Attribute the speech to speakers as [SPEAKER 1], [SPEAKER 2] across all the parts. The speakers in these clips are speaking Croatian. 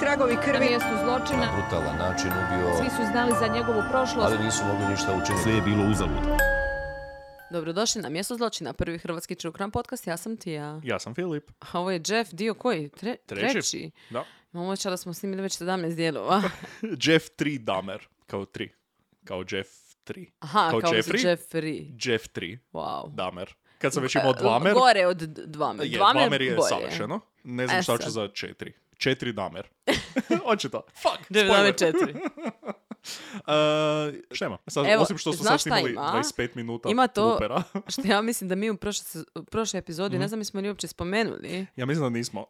[SPEAKER 1] tragovi
[SPEAKER 2] Na
[SPEAKER 1] krvi.
[SPEAKER 2] mjestu zločina
[SPEAKER 3] brutalan način ubio,
[SPEAKER 2] svi su znali za njegovu prošlost.
[SPEAKER 3] ali nisu mogli ništa učiniti.
[SPEAKER 4] Sve je bilo uzalud.
[SPEAKER 5] Dobrodošli na mjesto zločina, prvi hrvatski true crime podcast, ja sam Tija.
[SPEAKER 4] Ja sam Filip.
[SPEAKER 5] A ovo je Jeff, dio koji? Tre-
[SPEAKER 4] Treći.
[SPEAKER 5] treći.
[SPEAKER 4] Da.
[SPEAKER 5] Imamo osjećaj da smo snimili već 17 dijelova.
[SPEAKER 4] Jeff 3 Damer. Kao 3. Kao Jeff 3.
[SPEAKER 5] Aha, kao,
[SPEAKER 4] Jeffrey.
[SPEAKER 5] za Jeffrey.
[SPEAKER 4] Jeff 3
[SPEAKER 5] Wow.
[SPEAKER 4] Damer. Kad sam već imao
[SPEAKER 5] E,
[SPEAKER 4] dvamer,
[SPEAKER 5] Gore od d- dvamer.
[SPEAKER 4] je,
[SPEAKER 5] dvamer,
[SPEAKER 4] dvamer je
[SPEAKER 5] bolje.
[SPEAKER 4] savršeno. Ne znam
[SPEAKER 5] E
[SPEAKER 4] šta
[SPEAKER 5] sad.
[SPEAKER 4] ću za 4. 4 damer. Očito. Fuck,
[SPEAKER 5] Jeff Dahmer
[SPEAKER 4] spoiler.
[SPEAKER 5] četiri.
[SPEAKER 4] Uh, šta ima? Sad,
[SPEAKER 5] Evo,
[SPEAKER 4] osim što smo sad
[SPEAKER 5] znaš šta
[SPEAKER 4] snimali
[SPEAKER 5] ima?
[SPEAKER 4] 25 minuta
[SPEAKER 5] Ima to-
[SPEAKER 4] loopera.
[SPEAKER 5] Što ja mislim da mi u prošloj, se- u prošloj epizodi,
[SPEAKER 4] Mhm.
[SPEAKER 5] ne znam jesmo li uopće spomenuli.
[SPEAKER 4] Ja mislim da nismo.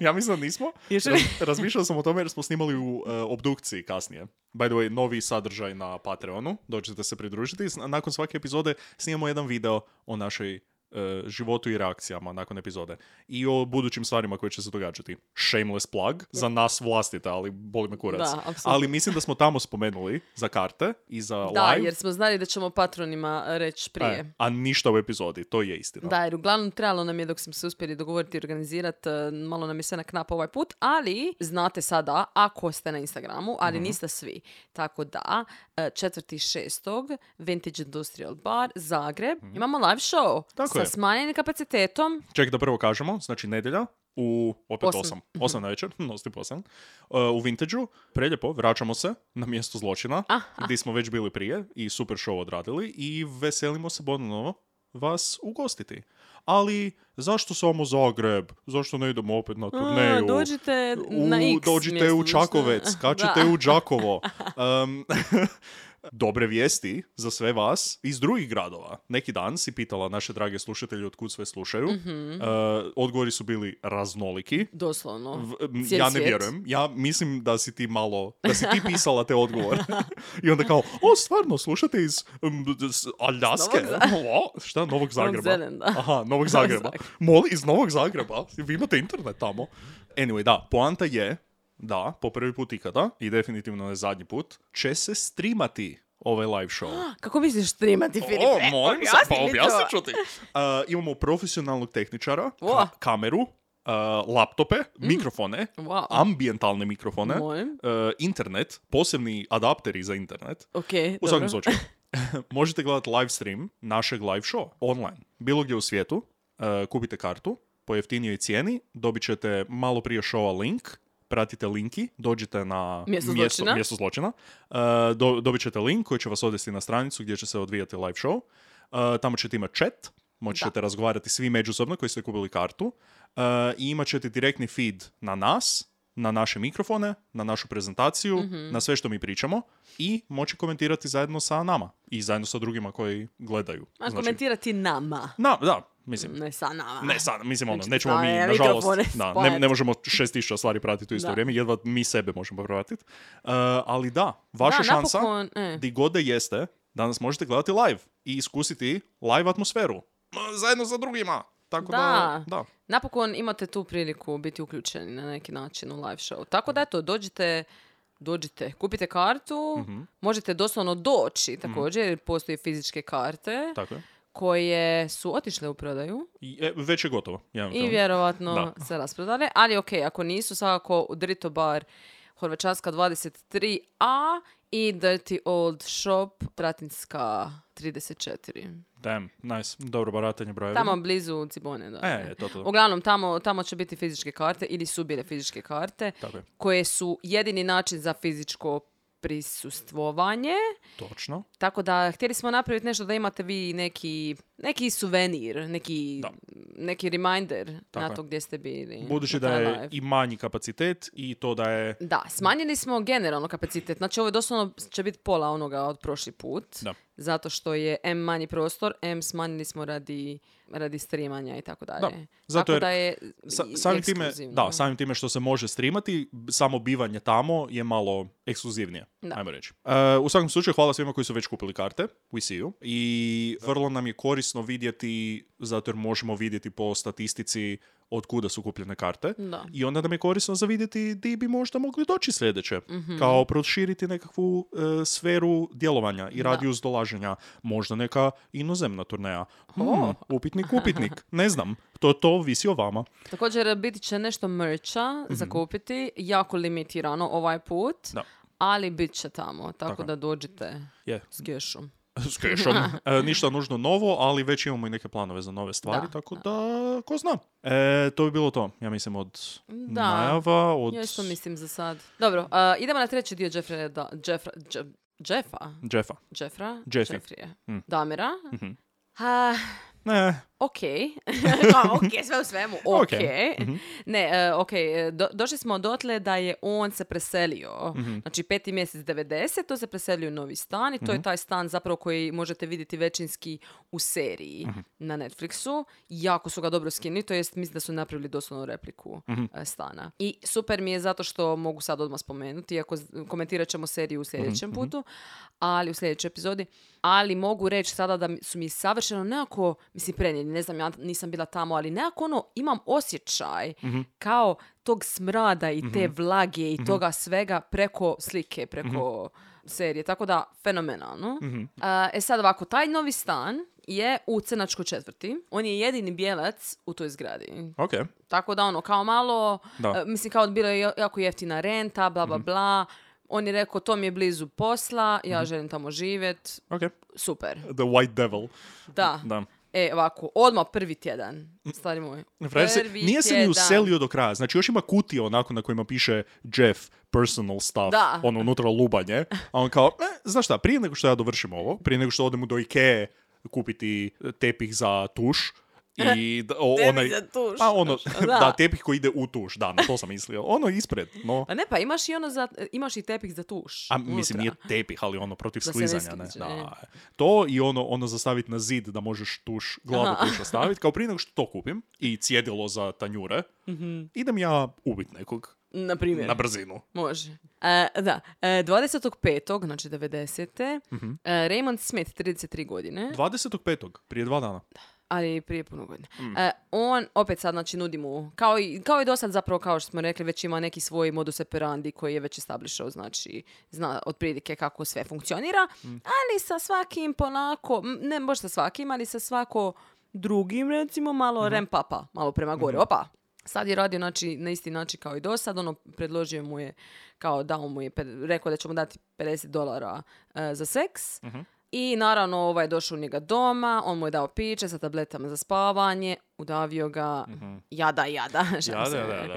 [SPEAKER 4] Ja mislim da nismo.
[SPEAKER 5] Još
[SPEAKER 4] Raz- razmišljao sam o tome jer smo snimali u e, obdukciji kasnije. By the way, novi sadržaj na Patreonu. Dođete se pridružiti. S- Nakon svake epizode snimamo jedan video o našoj e, životu i reakcijama nakon epizode. I o budućim stvarima koje će se događati. Shameless plug za nas vlastite, ali boli me kurac.
[SPEAKER 5] Da, apsolutno.
[SPEAKER 4] ali mislim da smo tamo spomenuli za karte i za
[SPEAKER 5] Da,
[SPEAKER 4] live.
[SPEAKER 5] jer smo znali da ćemo patronima reći prije.
[SPEAKER 4] E, a ništa u epizodi, to je istina.
[SPEAKER 5] Da, jer uglavnom trebalo nam je dok smo se uspjeli dogovoriti i organizirati, e, malo nam je sve na knap ovaj put, ali znate sada, ako ste na Instagramu,
[SPEAKER 4] Mhm.
[SPEAKER 5] ali niste svi. Tako da, e, četvrti šestog, Vintage Industrial Bar, Zagreb, imamo live show
[SPEAKER 4] Mhm. Tako
[SPEAKER 5] sa
[SPEAKER 4] je.
[SPEAKER 5] smanjenim kapacitetom.
[SPEAKER 4] Ček da prvo kažemo, znači nedjelja u opet
[SPEAKER 5] Osam. Mhm.
[SPEAKER 4] 8, 8 na večer, nosti 8, u Vintageu, preljepo, vraćamo se na mjesto zločina,
[SPEAKER 5] Ah,
[SPEAKER 4] gdje smo već bili prije i super show odradili i veselimo se ponovno vas ugostiti. Ali zašto samo Zagreb? Zašto ne idemo opet na
[SPEAKER 5] A,
[SPEAKER 4] turneju?
[SPEAKER 5] dođite
[SPEAKER 4] U-
[SPEAKER 5] na X
[SPEAKER 4] dođite
[SPEAKER 5] mjesto,
[SPEAKER 4] u
[SPEAKER 5] znaš šta?
[SPEAKER 4] Čakovec, skačite
[SPEAKER 5] Da.
[SPEAKER 4] u Đakovo. Um, dobre vijesti za sve vas iz drugih gradova. Neki dan si pitala naše drage slušatelje od kud sve slušaju.
[SPEAKER 5] Mhm.
[SPEAKER 4] E, odgovori su bili raznoliki.
[SPEAKER 5] Doslovno.
[SPEAKER 4] V- m,
[SPEAKER 5] Cijeli
[SPEAKER 4] ja ne
[SPEAKER 5] svijet.
[SPEAKER 4] vjerujem. Ja mislim da si ti malo, da si ti pisala te odgovore. I onda kao, o, stvarno, slušate iz um, s- Aljaske?
[SPEAKER 5] Novog
[SPEAKER 4] O, šta, Novog Zagreba?
[SPEAKER 5] Zelanda.
[SPEAKER 4] Aha, Novog Zagreba.
[SPEAKER 5] Zagreb.
[SPEAKER 4] Moli, iz Novog Zagreba. Vi imate internet tamo. Anyway, da, poanta je, da, po prvi put ikada, i definitivno ne zadnji put, će se streamati ovaj live show.
[SPEAKER 5] Kako misliš trimati, Filipe?
[SPEAKER 4] O, molim se,
[SPEAKER 5] e, Objasni
[SPEAKER 4] pa
[SPEAKER 5] mi to.
[SPEAKER 4] objasnit ću ti. Uh, imamo profesionalnog tehničara, ka-
[SPEAKER 5] Wow.
[SPEAKER 4] kameru, uh, laptope, mikrofone,
[SPEAKER 5] Wow.
[SPEAKER 4] ambientalne mikrofone,
[SPEAKER 5] Mm. Molim.
[SPEAKER 4] uh, internet, posebni adapteri za internet.
[SPEAKER 5] Ok,
[SPEAKER 4] U
[SPEAKER 5] dobro.
[SPEAKER 4] svakom slučaju, možete gledati live stream našeg live show online, bilo gdje u svijetu. Uh, kupite kartu po jeftinijoj cijeni, dobit ćete malo prije showa link, pratite linki, dođite na
[SPEAKER 5] Mjesto zločina.
[SPEAKER 4] mjesto zločina. Uh, do- dobit ćete link koji će vas odvesti na stranicu gdje će se odvijati live show. Uh, tamo ćete imati chat, moći ćete razgovarati svi međusobno koji ste kupili kartu uh, i imat ćete direktni feed na nas, na naše mikrofone, na našu prezentaciju,
[SPEAKER 5] Mhm.
[SPEAKER 4] na sve što mi pričamo i moći komentirati zajedno sa nama i zajedno sa drugima koji gledaju.
[SPEAKER 5] A
[SPEAKER 4] Znači-
[SPEAKER 5] komentirati nama.
[SPEAKER 4] Na, da, mislim.
[SPEAKER 5] Ne sa nama.
[SPEAKER 4] Ne, sad, mislim ono,
[SPEAKER 5] Znači,
[SPEAKER 4] nećemo mi,
[SPEAKER 5] stavljanje
[SPEAKER 4] nažalost,
[SPEAKER 5] mikrofone,
[SPEAKER 4] da, ne,
[SPEAKER 5] spajati.
[SPEAKER 4] ne možemo šest tisuća stvari pratiti u isto
[SPEAKER 5] Da.
[SPEAKER 4] vrijeme, jedva mi sebe možemo pratiti. Uh, ali da, vaša
[SPEAKER 5] Da,
[SPEAKER 4] šansa,
[SPEAKER 5] napokon, e.
[SPEAKER 4] di god da jeste, danas možete gledati live i iskusiti live atmosferu. Ma, Zajedno sa drugima. Tako da, da.
[SPEAKER 5] Napokon imate tu priliku biti uključeni na neki način u live show. Tako da eto, dođite, dođite, kupite kartu, možete doslovno doći također, jer postoje fizičke karte
[SPEAKER 4] Tako je.
[SPEAKER 5] koje su otišle u prodaju
[SPEAKER 4] I, e, već je gotovo. Ja imam
[SPEAKER 5] i
[SPEAKER 4] film.
[SPEAKER 5] vjerovatno
[SPEAKER 4] Da.
[SPEAKER 5] se rasprodale, ali ok, ako nisu, svakako u Drito bar Horvaćanska 23a i Dirty Old Shop Tratinska 34.
[SPEAKER 4] Damn, nice. Dobro baratanje brojeva.
[SPEAKER 5] Tamo blizu Cibone, da.
[SPEAKER 4] E, to, to.
[SPEAKER 5] Uglavnom, tamo, tamo će biti fizičke karte ili su bile fizičke karte
[SPEAKER 4] Tako je.
[SPEAKER 5] koje su jedini način za fizičko prisustvovanje.
[SPEAKER 4] Točno.
[SPEAKER 5] Tako da, htjeli smo napraviti nešto da imate vi neki, neki suvenir, neki,
[SPEAKER 4] Da.
[SPEAKER 5] neki reminder
[SPEAKER 4] Tako je.
[SPEAKER 5] na to gdje ste bili.
[SPEAKER 4] Budući
[SPEAKER 5] na
[SPEAKER 4] da
[SPEAKER 5] taj
[SPEAKER 4] je
[SPEAKER 5] live.
[SPEAKER 4] i manji kapacitet i to da je...
[SPEAKER 5] Da, smanjili smo generalno kapacitet. Znači, ovo je doslovno će biti pola onoga od prošli put.
[SPEAKER 4] Da.
[SPEAKER 5] Zato što je M manji prostor, M smanjili smo radi, radi streamanja i tako dalje.
[SPEAKER 4] Da, zato
[SPEAKER 5] tako
[SPEAKER 4] jer
[SPEAKER 5] da je
[SPEAKER 4] Sa,
[SPEAKER 5] i-
[SPEAKER 4] samim, time,
[SPEAKER 5] ekskluzivno.
[SPEAKER 4] da, samim time što se može streamati, b- samo bivanje tamo je malo ekskluzivnije,
[SPEAKER 5] Da.
[SPEAKER 4] ajmo reći. E, u svakom slučaju, hvala svima koji su već kupili karte, we see you. I vrlo nam je korisno vidjeti, zato jer možemo vidjeti po statistici od kuda su kupljene karte.
[SPEAKER 5] Da.
[SPEAKER 4] I onda nam je korisno za vidjeti di bi možda mogli doći sljedeće.
[SPEAKER 5] Mhm.
[SPEAKER 4] Kao proširiti nekakvu e, sferu djelovanja i radijus dolaženja. Možda neka inozemna turneja.
[SPEAKER 5] Oh.
[SPEAKER 4] Hmm, upitnik, upitnik. Ne znam. To, to visi o vama.
[SPEAKER 5] Također, biti će nešto mercha za kupiti, jako limitirano ovaj put,
[SPEAKER 4] Mhm. Da.
[SPEAKER 5] ali bit će tamo, tako,
[SPEAKER 4] Tako je.
[SPEAKER 5] da dođite
[SPEAKER 4] Je.
[SPEAKER 5] s gešom.
[SPEAKER 4] S kešom. E, ništa nužno novo, ali već imamo i neke planove za nove stvari,
[SPEAKER 5] Da,
[SPEAKER 4] tako da, ko zna. E, to bi bilo to, ja mislim, od
[SPEAKER 5] Da.
[SPEAKER 4] najava, od
[SPEAKER 5] Ja isto mislim za sad. Dobro, a, idemo na treći dio Jeffrey, da, Jeffra, Jeff- Jeffa,
[SPEAKER 4] Jeffa.
[SPEAKER 5] Jeffra,
[SPEAKER 4] Jeffy.
[SPEAKER 5] Jeffrey,
[SPEAKER 4] Mm.
[SPEAKER 5] Damira.
[SPEAKER 4] Mhm.
[SPEAKER 5] A,
[SPEAKER 4] Ne,
[SPEAKER 5] ok, A, ok, sve u svemu, ok.
[SPEAKER 4] Ok.
[SPEAKER 5] Ne, e, ok, e, do- došli smo dotle da je on se preselio. Znači, peti mjesec 90, to se preselio u novi stan i to je taj stan zapravo koji možete vidjeti većinski u seriji na Netflixu. Jako su ga dobro skinuli, to jest mislim da su napravili doslovnu repliku e, stana. I super mi je zato što mogu sad odmah spomenuti, iako z- komentirat ćemo seriju u sljedećem putu, ali u sljedećoj epizodi, ali mogu reći sada da mi- su mi savršeno nekako, mislim prenijeli, ne znam, ja nisam bila tamo, ali nekako ono, imam osjećaj kao tog smrada i te vlage i toga svega preko slike, preko serije, tako da fenomenalno. A, e sad ovako, taj novi stan je u Crnačkoj četvrti. On je jedini bijelac u toj zgradi.
[SPEAKER 4] ok.
[SPEAKER 5] Tako da ono, kao malo,
[SPEAKER 4] Da. Mhm.
[SPEAKER 5] e, mislim kao bilo je jako jeftina renta, bla, bla, bla. On je rekao, to mi je blizu posla, ja želim tamo živjet,
[SPEAKER 4] Ok,
[SPEAKER 5] super.
[SPEAKER 4] The White Devil.
[SPEAKER 5] Da.
[SPEAKER 4] Da.
[SPEAKER 5] E, ovako, odmah prvi tjedan, stari moj.
[SPEAKER 4] Frajer se-
[SPEAKER 5] Prvi
[SPEAKER 4] nije se ni
[SPEAKER 5] tjedan.
[SPEAKER 4] uselio do kraja, znači još ima kutije onako na kojima piše Jeff personal stuff,
[SPEAKER 5] Da.
[SPEAKER 4] ono unutra lubanje, a on kao, e, znaš šta, prije nego što ja dovršim ovo, prije nego što odem do Ikea kupiti tepih za tuš, i da- o,
[SPEAKER 5] Tepih
[SPEAKER 4] onaj,
[SPEAKER 5] za tuš.
[SPEAKER 4] A ono,
[SPEAKER 5] Da.
[SPEAKER 4] da. tepih koji ide u tuš, da, na to sam mislio. Ono ispred, no.
[SPEAKER 5] Pa ne, pa imaš i ono za, imaš i tepih za tuš.
[SPEAKER 4] A mislim,
[SPEAKER 5] unutra.
[SPEAKER 4] nije tepih, ali ono protiv
[SPEAKER 5] Da se ne e.
[SPEAKER 4] sklizanja, ne.
[SPEAKER 5] skliže, je.
[SPEAKER 4] Da. To i ono, ono za staviti na zid da možeš tuš, glavu
[SPEAKER 5] Aha.
[SPEAKER 4] tuša staviti. Kao prije nego što to kupim i cjedilo za tanjure,
[SPEAKER 5] Mhm.
[SPEAKER 4] idem ja ubit nekog
[SPEAKER 5] Na primjer.
[SPEAKER 4] na brzinu.
[SPEAKER 5] Može. E, da, e, 25. znači 90.
[SPEAKER 4] Mhm.
[SPEAKER 5] e, Raymond Smith, 33 godine.
[SPEAKER 4] 25. prije dva dana.
[SPEAKER 5] Pa ali prije puno godina. E, on opet sad znači nudi mu, kao i, kao i do sad zapravo kao što smo rekli, već ima neki svoj modus operandi koji je već establishao, znači zna otprilike kako sve funkcionira, ali sa svakim ponako, m, ne možda sa svakim, ali sa svako drugim recimo malo ramp upa, malo prema gore, opa. Sad je radio znači, na isti način kao i do sad, ono predložio mu je, kao dao mu je, pe- rekao da će mu dati 50 dolara e, za seks, i naravno ovaj je došao u njega doma, on mu je dao piće sa tabletama za spavanje, udavio ga, jada, Mhm. jada. šalim
[SPEAKER 4] Ja,
[SPEAKER 5] se.
[SPEAKER 4] da, da, da.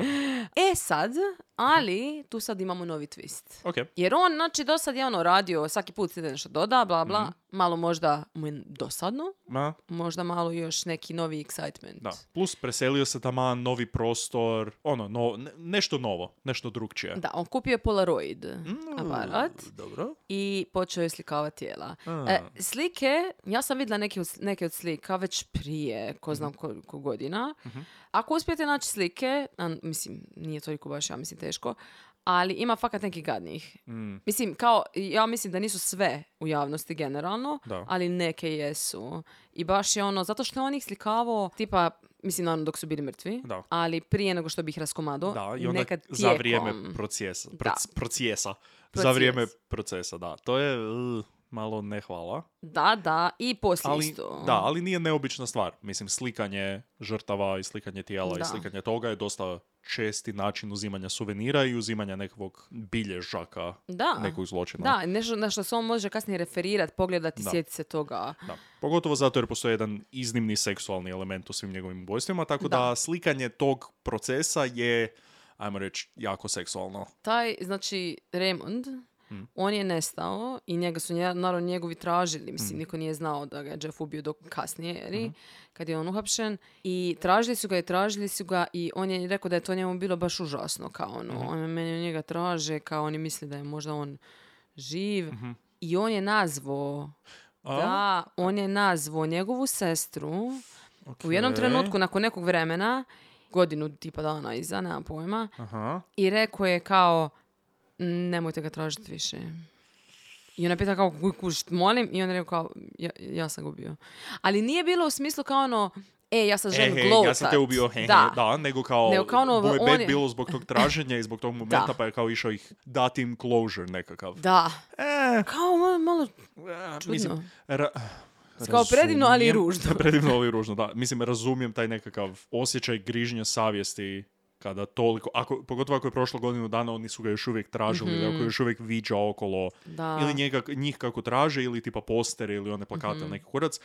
[SPEAKER 5] E sad, ali tu sad imamo novi twist.
[SPEAKER 4] Ok.
[SPEAKER 5] Jer on, znači, do sad je ono radio, svaki put se nešto doda, bla, bla, malo možda mu je dosadno,
[SPEAKER 4] Ma,
[SPEAKER 5] možda malo još neki novi excitement.
[SPEAKER 4] da. Plus preselio se taman, novi prostor, ono, no, ne- nešto novo, nešto drugčije.
[SPEAKER 5] Da, on kupio je Polaroid Mm. aparat
[SPEAKER 4] Dobro.
[SPEAKER 5] i počeo je slikavati tijela. E, slike, ja sam vidjela neke od, neke od slika već prije, ko
[SPEAKER 4] Mhm.
[SPEAKER 5] znam koliko godina. Ako uspijete naći slike, a, mislim, nije toliko baš, ja mislim, teško, ali ima fakat nekih gadnih.
[SPEAKER 4] Mm.
[SPEAKER 5] Mislim, kao, ja mislim da nisu sve u javnosti generalno,
[SPEAKER 4] Da.
[SPEAKER 5] ali neke jesu. I baš je ono, zato što je on ih slikavao, tipa, mislim, naravno dok su bili mrtvi,
[SPEAKER 4] Da.
[SPEAKER 5] ali prije nego što bi ih raskomadao,
[SPEAKER 4] Da, i onda
[SPEAKER 5] nekad
[SPEAKER 4] za vrijeme
[SPEAKER 5] tijekom.
[SPEAKER 4] procesa.
[SPEAKER 5] Da.
[SPEAKER 4] proc- procesa. Za
[SPEAKER 5] Proces.
[SPEAKER 4] vrijeme procesa, da. To je uh, malo ne hvala.
[SPEAKER 5] Da, da, i poslije
[SPEAKER 4] Ali,
[SPEAKER 5] isto.
[SPEAKER 4] da, ali nije neobična stvar. Mislim, slikanje žrtava i slikanje tijela
[SPEAKER 5] Da.
[SPEAKER 4] i slikanje toga je dosta česti način uzimanja suvenira i uzimanja nekog bilježaka
[SPEAKER 5] Da.
[SPEAKER 4] nekog zločina.
[SPEAKER 5] Da, nešto na što se on može kasnije referirati, pogledati,
[SPEAKER 4] Da.
[SPEAKER 5] sjetiti se toga.
[SPEAKER 4] Da. Pogotovo zato jer postoji jedan iznimni seksualni element u svim njegovim ubojstvima, tako da,
[SPEAKER 5] Da.
[SPEAKER 4] slikanje tog procesa je, ajmo reći, jako seksualno.
[SPEAKER 5] Taj, znači, Raymond,
[SPEAKER 4] Mm.
[SPEAKER 5] on je nestao i njega su, nje- naravno, njegovi tražili.
[SPEAKER 4] Mm.
[SPEAKER 5] Mislim, niko nije znao da ga je Jeff ubio dok kasnije, je
[SPEAKER 4] Mm-hmm.
[SPEAKER 5] li, kad je on uhapšen. I tražili su ga i tražili su ga i on je rekao da je to njemu bilo baš užasno, kao ono.
[SPEAKER 4] Mm-hmm.
[SPEAKER 5] on- meni njega traže, kao oni misle da je možda on živ. I on je nazvao
[SPEAKER 4] Mm-hmm. A?
[SPEAKER 5] Da, on je nazvao njegovu sestru u jednom
[SPEAKER 4] Ok.
[SPEAKER 5] trenutku nakon nekog vremena, godinu tipa dana iza, nema pojma,
[SPEAKER 4] Aha.
[SPEAKER 5] i rekao je kao "Mm, nemojte ga tražiti više. I ona pita kao "Kuj, kuš, molim i on je rekao kao ja, ja sam ga ubio. Ali nije bilo u smislu kao ono e, ja sad
[SPEAKER 4] E,
[SPEAKER 5] želim
[SPEAKER 4] hej,
[SPEAKER 5] glow
[SPEAKER 4] ja sam te
[SPEAKER 5] tat.
[SPEAKER 4] ubio, he, he,
[SPEAKER 5] Da.
[SPEAKER 4] da. nego kao,
[SPEAKER 5] Nego kao ono,
[SPEAKER 4] mu je
[SPEAKER 5] on
[SPEAKER 4] bad
[SPEAKER 5] je-
[SPEAKER 4] bilo zbog tog traženja i zbog tog momenta, pa je kao išao ih dati im closure nekakav.
[SPEAKER 5] Da.
[SPEAKER 4] E,
[SPEAKER 5] Kao malo, malo
[SPEAKER 4] e,
[SPEAKER 5] čudno.
[SPEAKER 4] ra-
[SPEAKER 5] Kao predivno, ali i
[SPEAKER 4] razumijem-
[SPEAKER 5] ružno.
[SPEAKER 4] predivno, ali i ružno, da. Mislim, razumijem taj nekakav osjećaj grižnja savjesti kada toliko, ako, pogotovo ako je prošlo godinu dana, oni su ga još uvijek tražili, ili ako još uvijek viđa okolo
[SPEAKER 5] Mhm. Da.
[SPEAKER 4] ili njega, njih kako traže, ili tipa postere, ili one plakate,
[SPEAKER 5] Mhm.
[SPEAKER 4] ili neki kurac.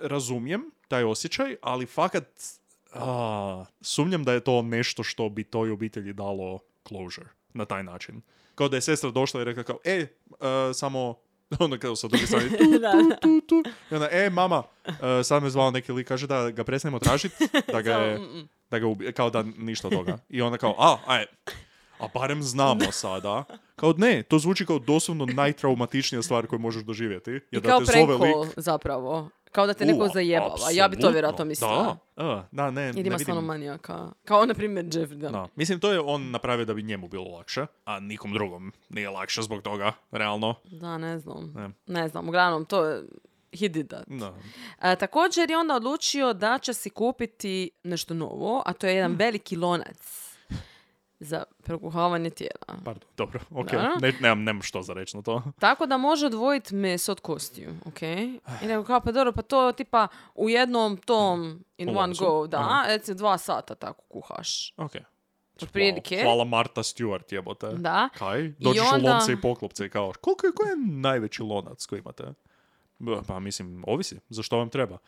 [SPEAKER 4] Razumijem taj osjećaj, ali fakat a, sumnjam da je to nešto što bi toj obitelji dalo closure na taj način. Kao da je sestra došla i rekla kao, e, e, samo, onda kao sa druge strane, tu,
[SPEAKER 5] Da.
[SPEAKER 4] tu, tu. I onda, e, mama, e, sad me zvao neki lik, kaže da ga prestanemo tražiti, da ga je, da ga ubije, kao da ništa od toga. I onda kao, a, aj, a barem znamo sada. Kao ne, to zvuči kao doslovno najtraumatičnija stvar koju možeš doživjeti. Jer
[SPEAKER 5] I
[SPEAKER 4] da
[SPEAKER 5] kao
[SPEAKER 4] te zove
[SPEAKER 5] prank
[SPEAKER 4] lik-
[SPEAKER 5] call, zapravo. Kao da te
[SPEAKER 4] U,
[SPEAKER 5] neko zajebava. Ja bi to
[SPEAKER 4] apsolutno.
[SPEAKER 5] vjerojatno mislila.
[SPEAKER 4] Da, e, da ne,
[SPEAKER 5] Jer
[SPEAKER 4] ne
[SPEAKER 5] ima
[SPEAKER 4] vidim.
[SPEAKER 5] stvarno manijaka. Kao, na primjer, Jeff, da.
[SPEAKER 4] Da. Mislim, to je on napravio da bi njemu bilo lakše, a nikom drugom nije lakše zbog toga, realno.
[SPEAKER 5] Da, ne znam. Ne,
[SPEAKER 4] Ne.
[SPEAKER 5] znam, uglavnom, to je... He did that.
[SPEAKER 4] Da.
[SPEAKER 5] E, također je onda odlučio da će si kupiti nešto novo, a to je
[SPEAKER 4] Mm.
[SPEAKER 5] jedan veliki lonac za prokuhavanje tijela.
[SPEAKER 4] Pardon, dobro, ok.
[SPEAKER 5] Da.
[SPEAKER 4] Ne, nemam, nemam što za reći na to.
[SPEAKER 5] Tako da može odvojiti meso od kostiju, ok?
[SPEAKER 4] Eh.
[SPEAKER 5] I nego kao, pa dobro, pa to tipa u jednom tom, in
[SPEAKER 4] U
[SPEAKER 5] one
[SPEAKER 4] loncu.
[SPEAKER 5] go, da,
[SPEAKER 4] Aha.
[SPEAKER 5] recimo dva sata tako kuhaš.
[SPEAKER 4] Ok.
[SPEAKER 5] Otprilike.
[SPEAKER 4] Hvala, hvala Marta Stewart, jebote.
[SPEAKER 5] Da.
[SPEAKER 4] Kaj? Dođeš
[SPEAKER 5] onda-
[SPEAKER 4] u lonce i poklopce i kao, koliko je, koji je najveći lonac koji imate? B- Pa mislim, ovisi, za što vam treba.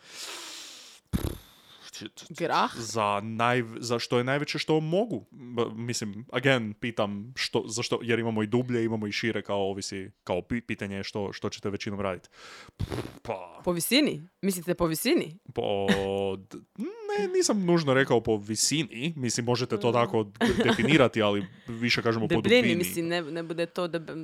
[SPEAKER 5] Grah.
[SPEAKER 4] Za, naj, za što je najveće što mogu. B- mislim, again, pitam, što, za što, jer imamo i dublje, imamo i šire, kao ovisi, kao pi- pitanje je što, što ćete većinom raditi. Pa,
[SPEAKER 5] Po visini? Mislite po visini?
[SPEAKER 4] po... d- Ne, nisam nužno rekao po visini, mislim, možete
[SPEAKER 5] Mm.
[SPEAKER 4] to tako definirati, ali više kažemo po
[SPEAKER 5] Debljini,
[SPEAKER 4] dubini.
[SPEAKER 5] mislim, ne, ne bude to da...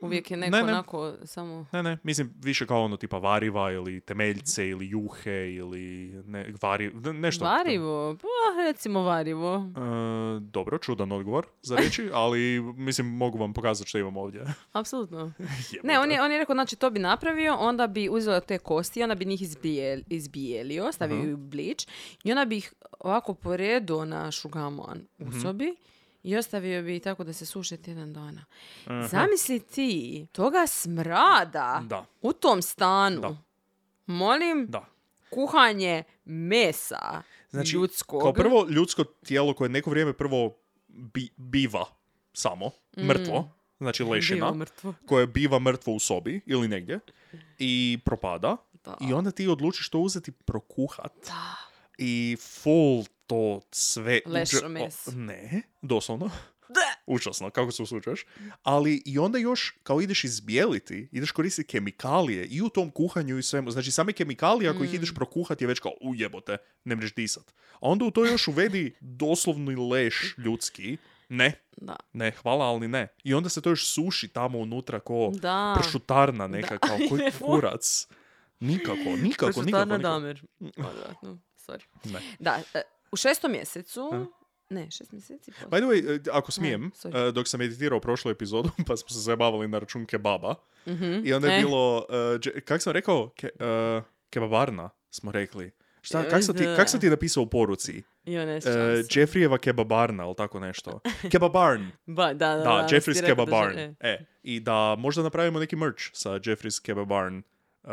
[SPEAKER 5] Uvijek je neko
[SPEAKER 4] Ne, ne.
[SPEAKER 5] onako samo...
[SPEAKER 4] Ne, ne, mislim, više kao ono tipa variva ili temeljce ili juhe ili ne, vari, ne- nešto.
[SPEAKER 5] Varivo? Pa, recimo varivo.
[SPEAKER 4] E, dobro, čudan odgovor za reći, ali mislim mogu vam pokazati što imam ovdje.
[SPEAKER 5] Apsolutno. Ne,
[SPEAKER 4] Jebote.
[SPEAKER 5] on je, on je rekao, znači to bi napravio, onda bi uzeo te kosti, onda bi njih izbijel, izbijelio, stavio u blič i onda bi ih ovako poredo na šugaman u
[SPEAKER 4] Mhm.
[SPEAKER 5] sobi i ostavio bi ih tako da se suše tjedan dana. Zamisli ti toga smrada
[SPEAKER 4] Da.
[SPEAKER 5] u tom stanu.
[SPEAKER 4] Da.
[SPEAKER 5] Molim,
[SPEAKER 4] Da.
[SPEAKER 5] kuhanje mesa
[SPEAKER 4] Znači,
[SPEAKER 5] ljudskog.
[SPEAKER 4] Kao prvo, ljudsko tijelo koje neko vrijeme prvo bi- biva samo, mrtvo, znači lešina,
[SPEAKER 5] Bilo Mm. mrtvo.
[SPEAKER 4] koje biva mrtvo u sobi ili negdje i propada
[SPEAKER 5] Da.
[SPEAKER 4] i onda ti odlučiš to uzeti prokuhat i full to sve...
[SPEAKER 5] Lešno
[SPEAKER 4] uđe- o,
[SPEAKER 5] meso.
[SPEAKER 4] Ne, doslovno. Učasno, kako se usučuješ. Ali i onda još, kao ideš izbijeliti, ideš koristiti kemikalije i u tom kuhanju i svemu. Znači, same kemikalije, ako
[SPEAKER 5] Mm.
[SPEAKER 4] ih ideš prokuhati, je već kao, ujebote, ne mreš disat. A onda u to još uvedi doslovni leš ljudski. Ne,
[SPEAKER 5] Da.
[SPEAKER 4] ne, hvala, ali ne. I onda se to još suši tamo unutra ko
[SPEAKER 5] Da.
[SPEAKER 4] pršutarna neka, kao koji
[SPEAKER 5] Idemo.
[SPEAKER 4] kurac. Nikako, nikako, nikako.
[SPEAKER 5] Pršutarna
[SPEAKER 4] nikako. Mm.
[SPEAKER 5] damer. Odvratno, sorry.
[SPEAKER 4] Ne.
[SPEAKER 5] Da, e, u šestom mjesecu... Ne, šest mjeseci poslije.
[SPEAKER 4] By the way, e, ako smijem,
[SPEAKER 5] sorry.
[SPEAKER 4] e, dok sam editirao prošlu epizodu, pa smo se zajebavali na račun kebaba.
[SPEAKER 5] Mhm.
[SPEAKER 4] I onda je
[SPEAKER 5] E.
[SPEAKER 4] bilo, uh, kak sam rekao, ke, e, kebabarna smo rekli. Šta,
[SPEAKER 5] Joj,
[SPEAKER 4] kak, sam ti,
[SPEAKER 5] Eh, da.
[SPEAKER 4] kak sam ti napisao u poruci?
[SPEAKER 5] I one s
[SPEAKER 4] Uh,
[SPEAKER 5] šansom.
[SPEAKER 4] Jeffrijeva kebabarna, ili tako nešto. Kebabarn,
[SPEAKER 5] Ba, da, da,
[SPEAKER 4] da,
[SPEAKER 5] da,
[SPEAKER 4] Jeffrey's
[SPEAKER 5] si rekao da
[SPEAKER 4] Kebabarn.
[SPEAKER 5] žel- e.
[SPEAKER 4] E, I da možda napravimo neki merch sa Jeffrey's Kebabarn, uh,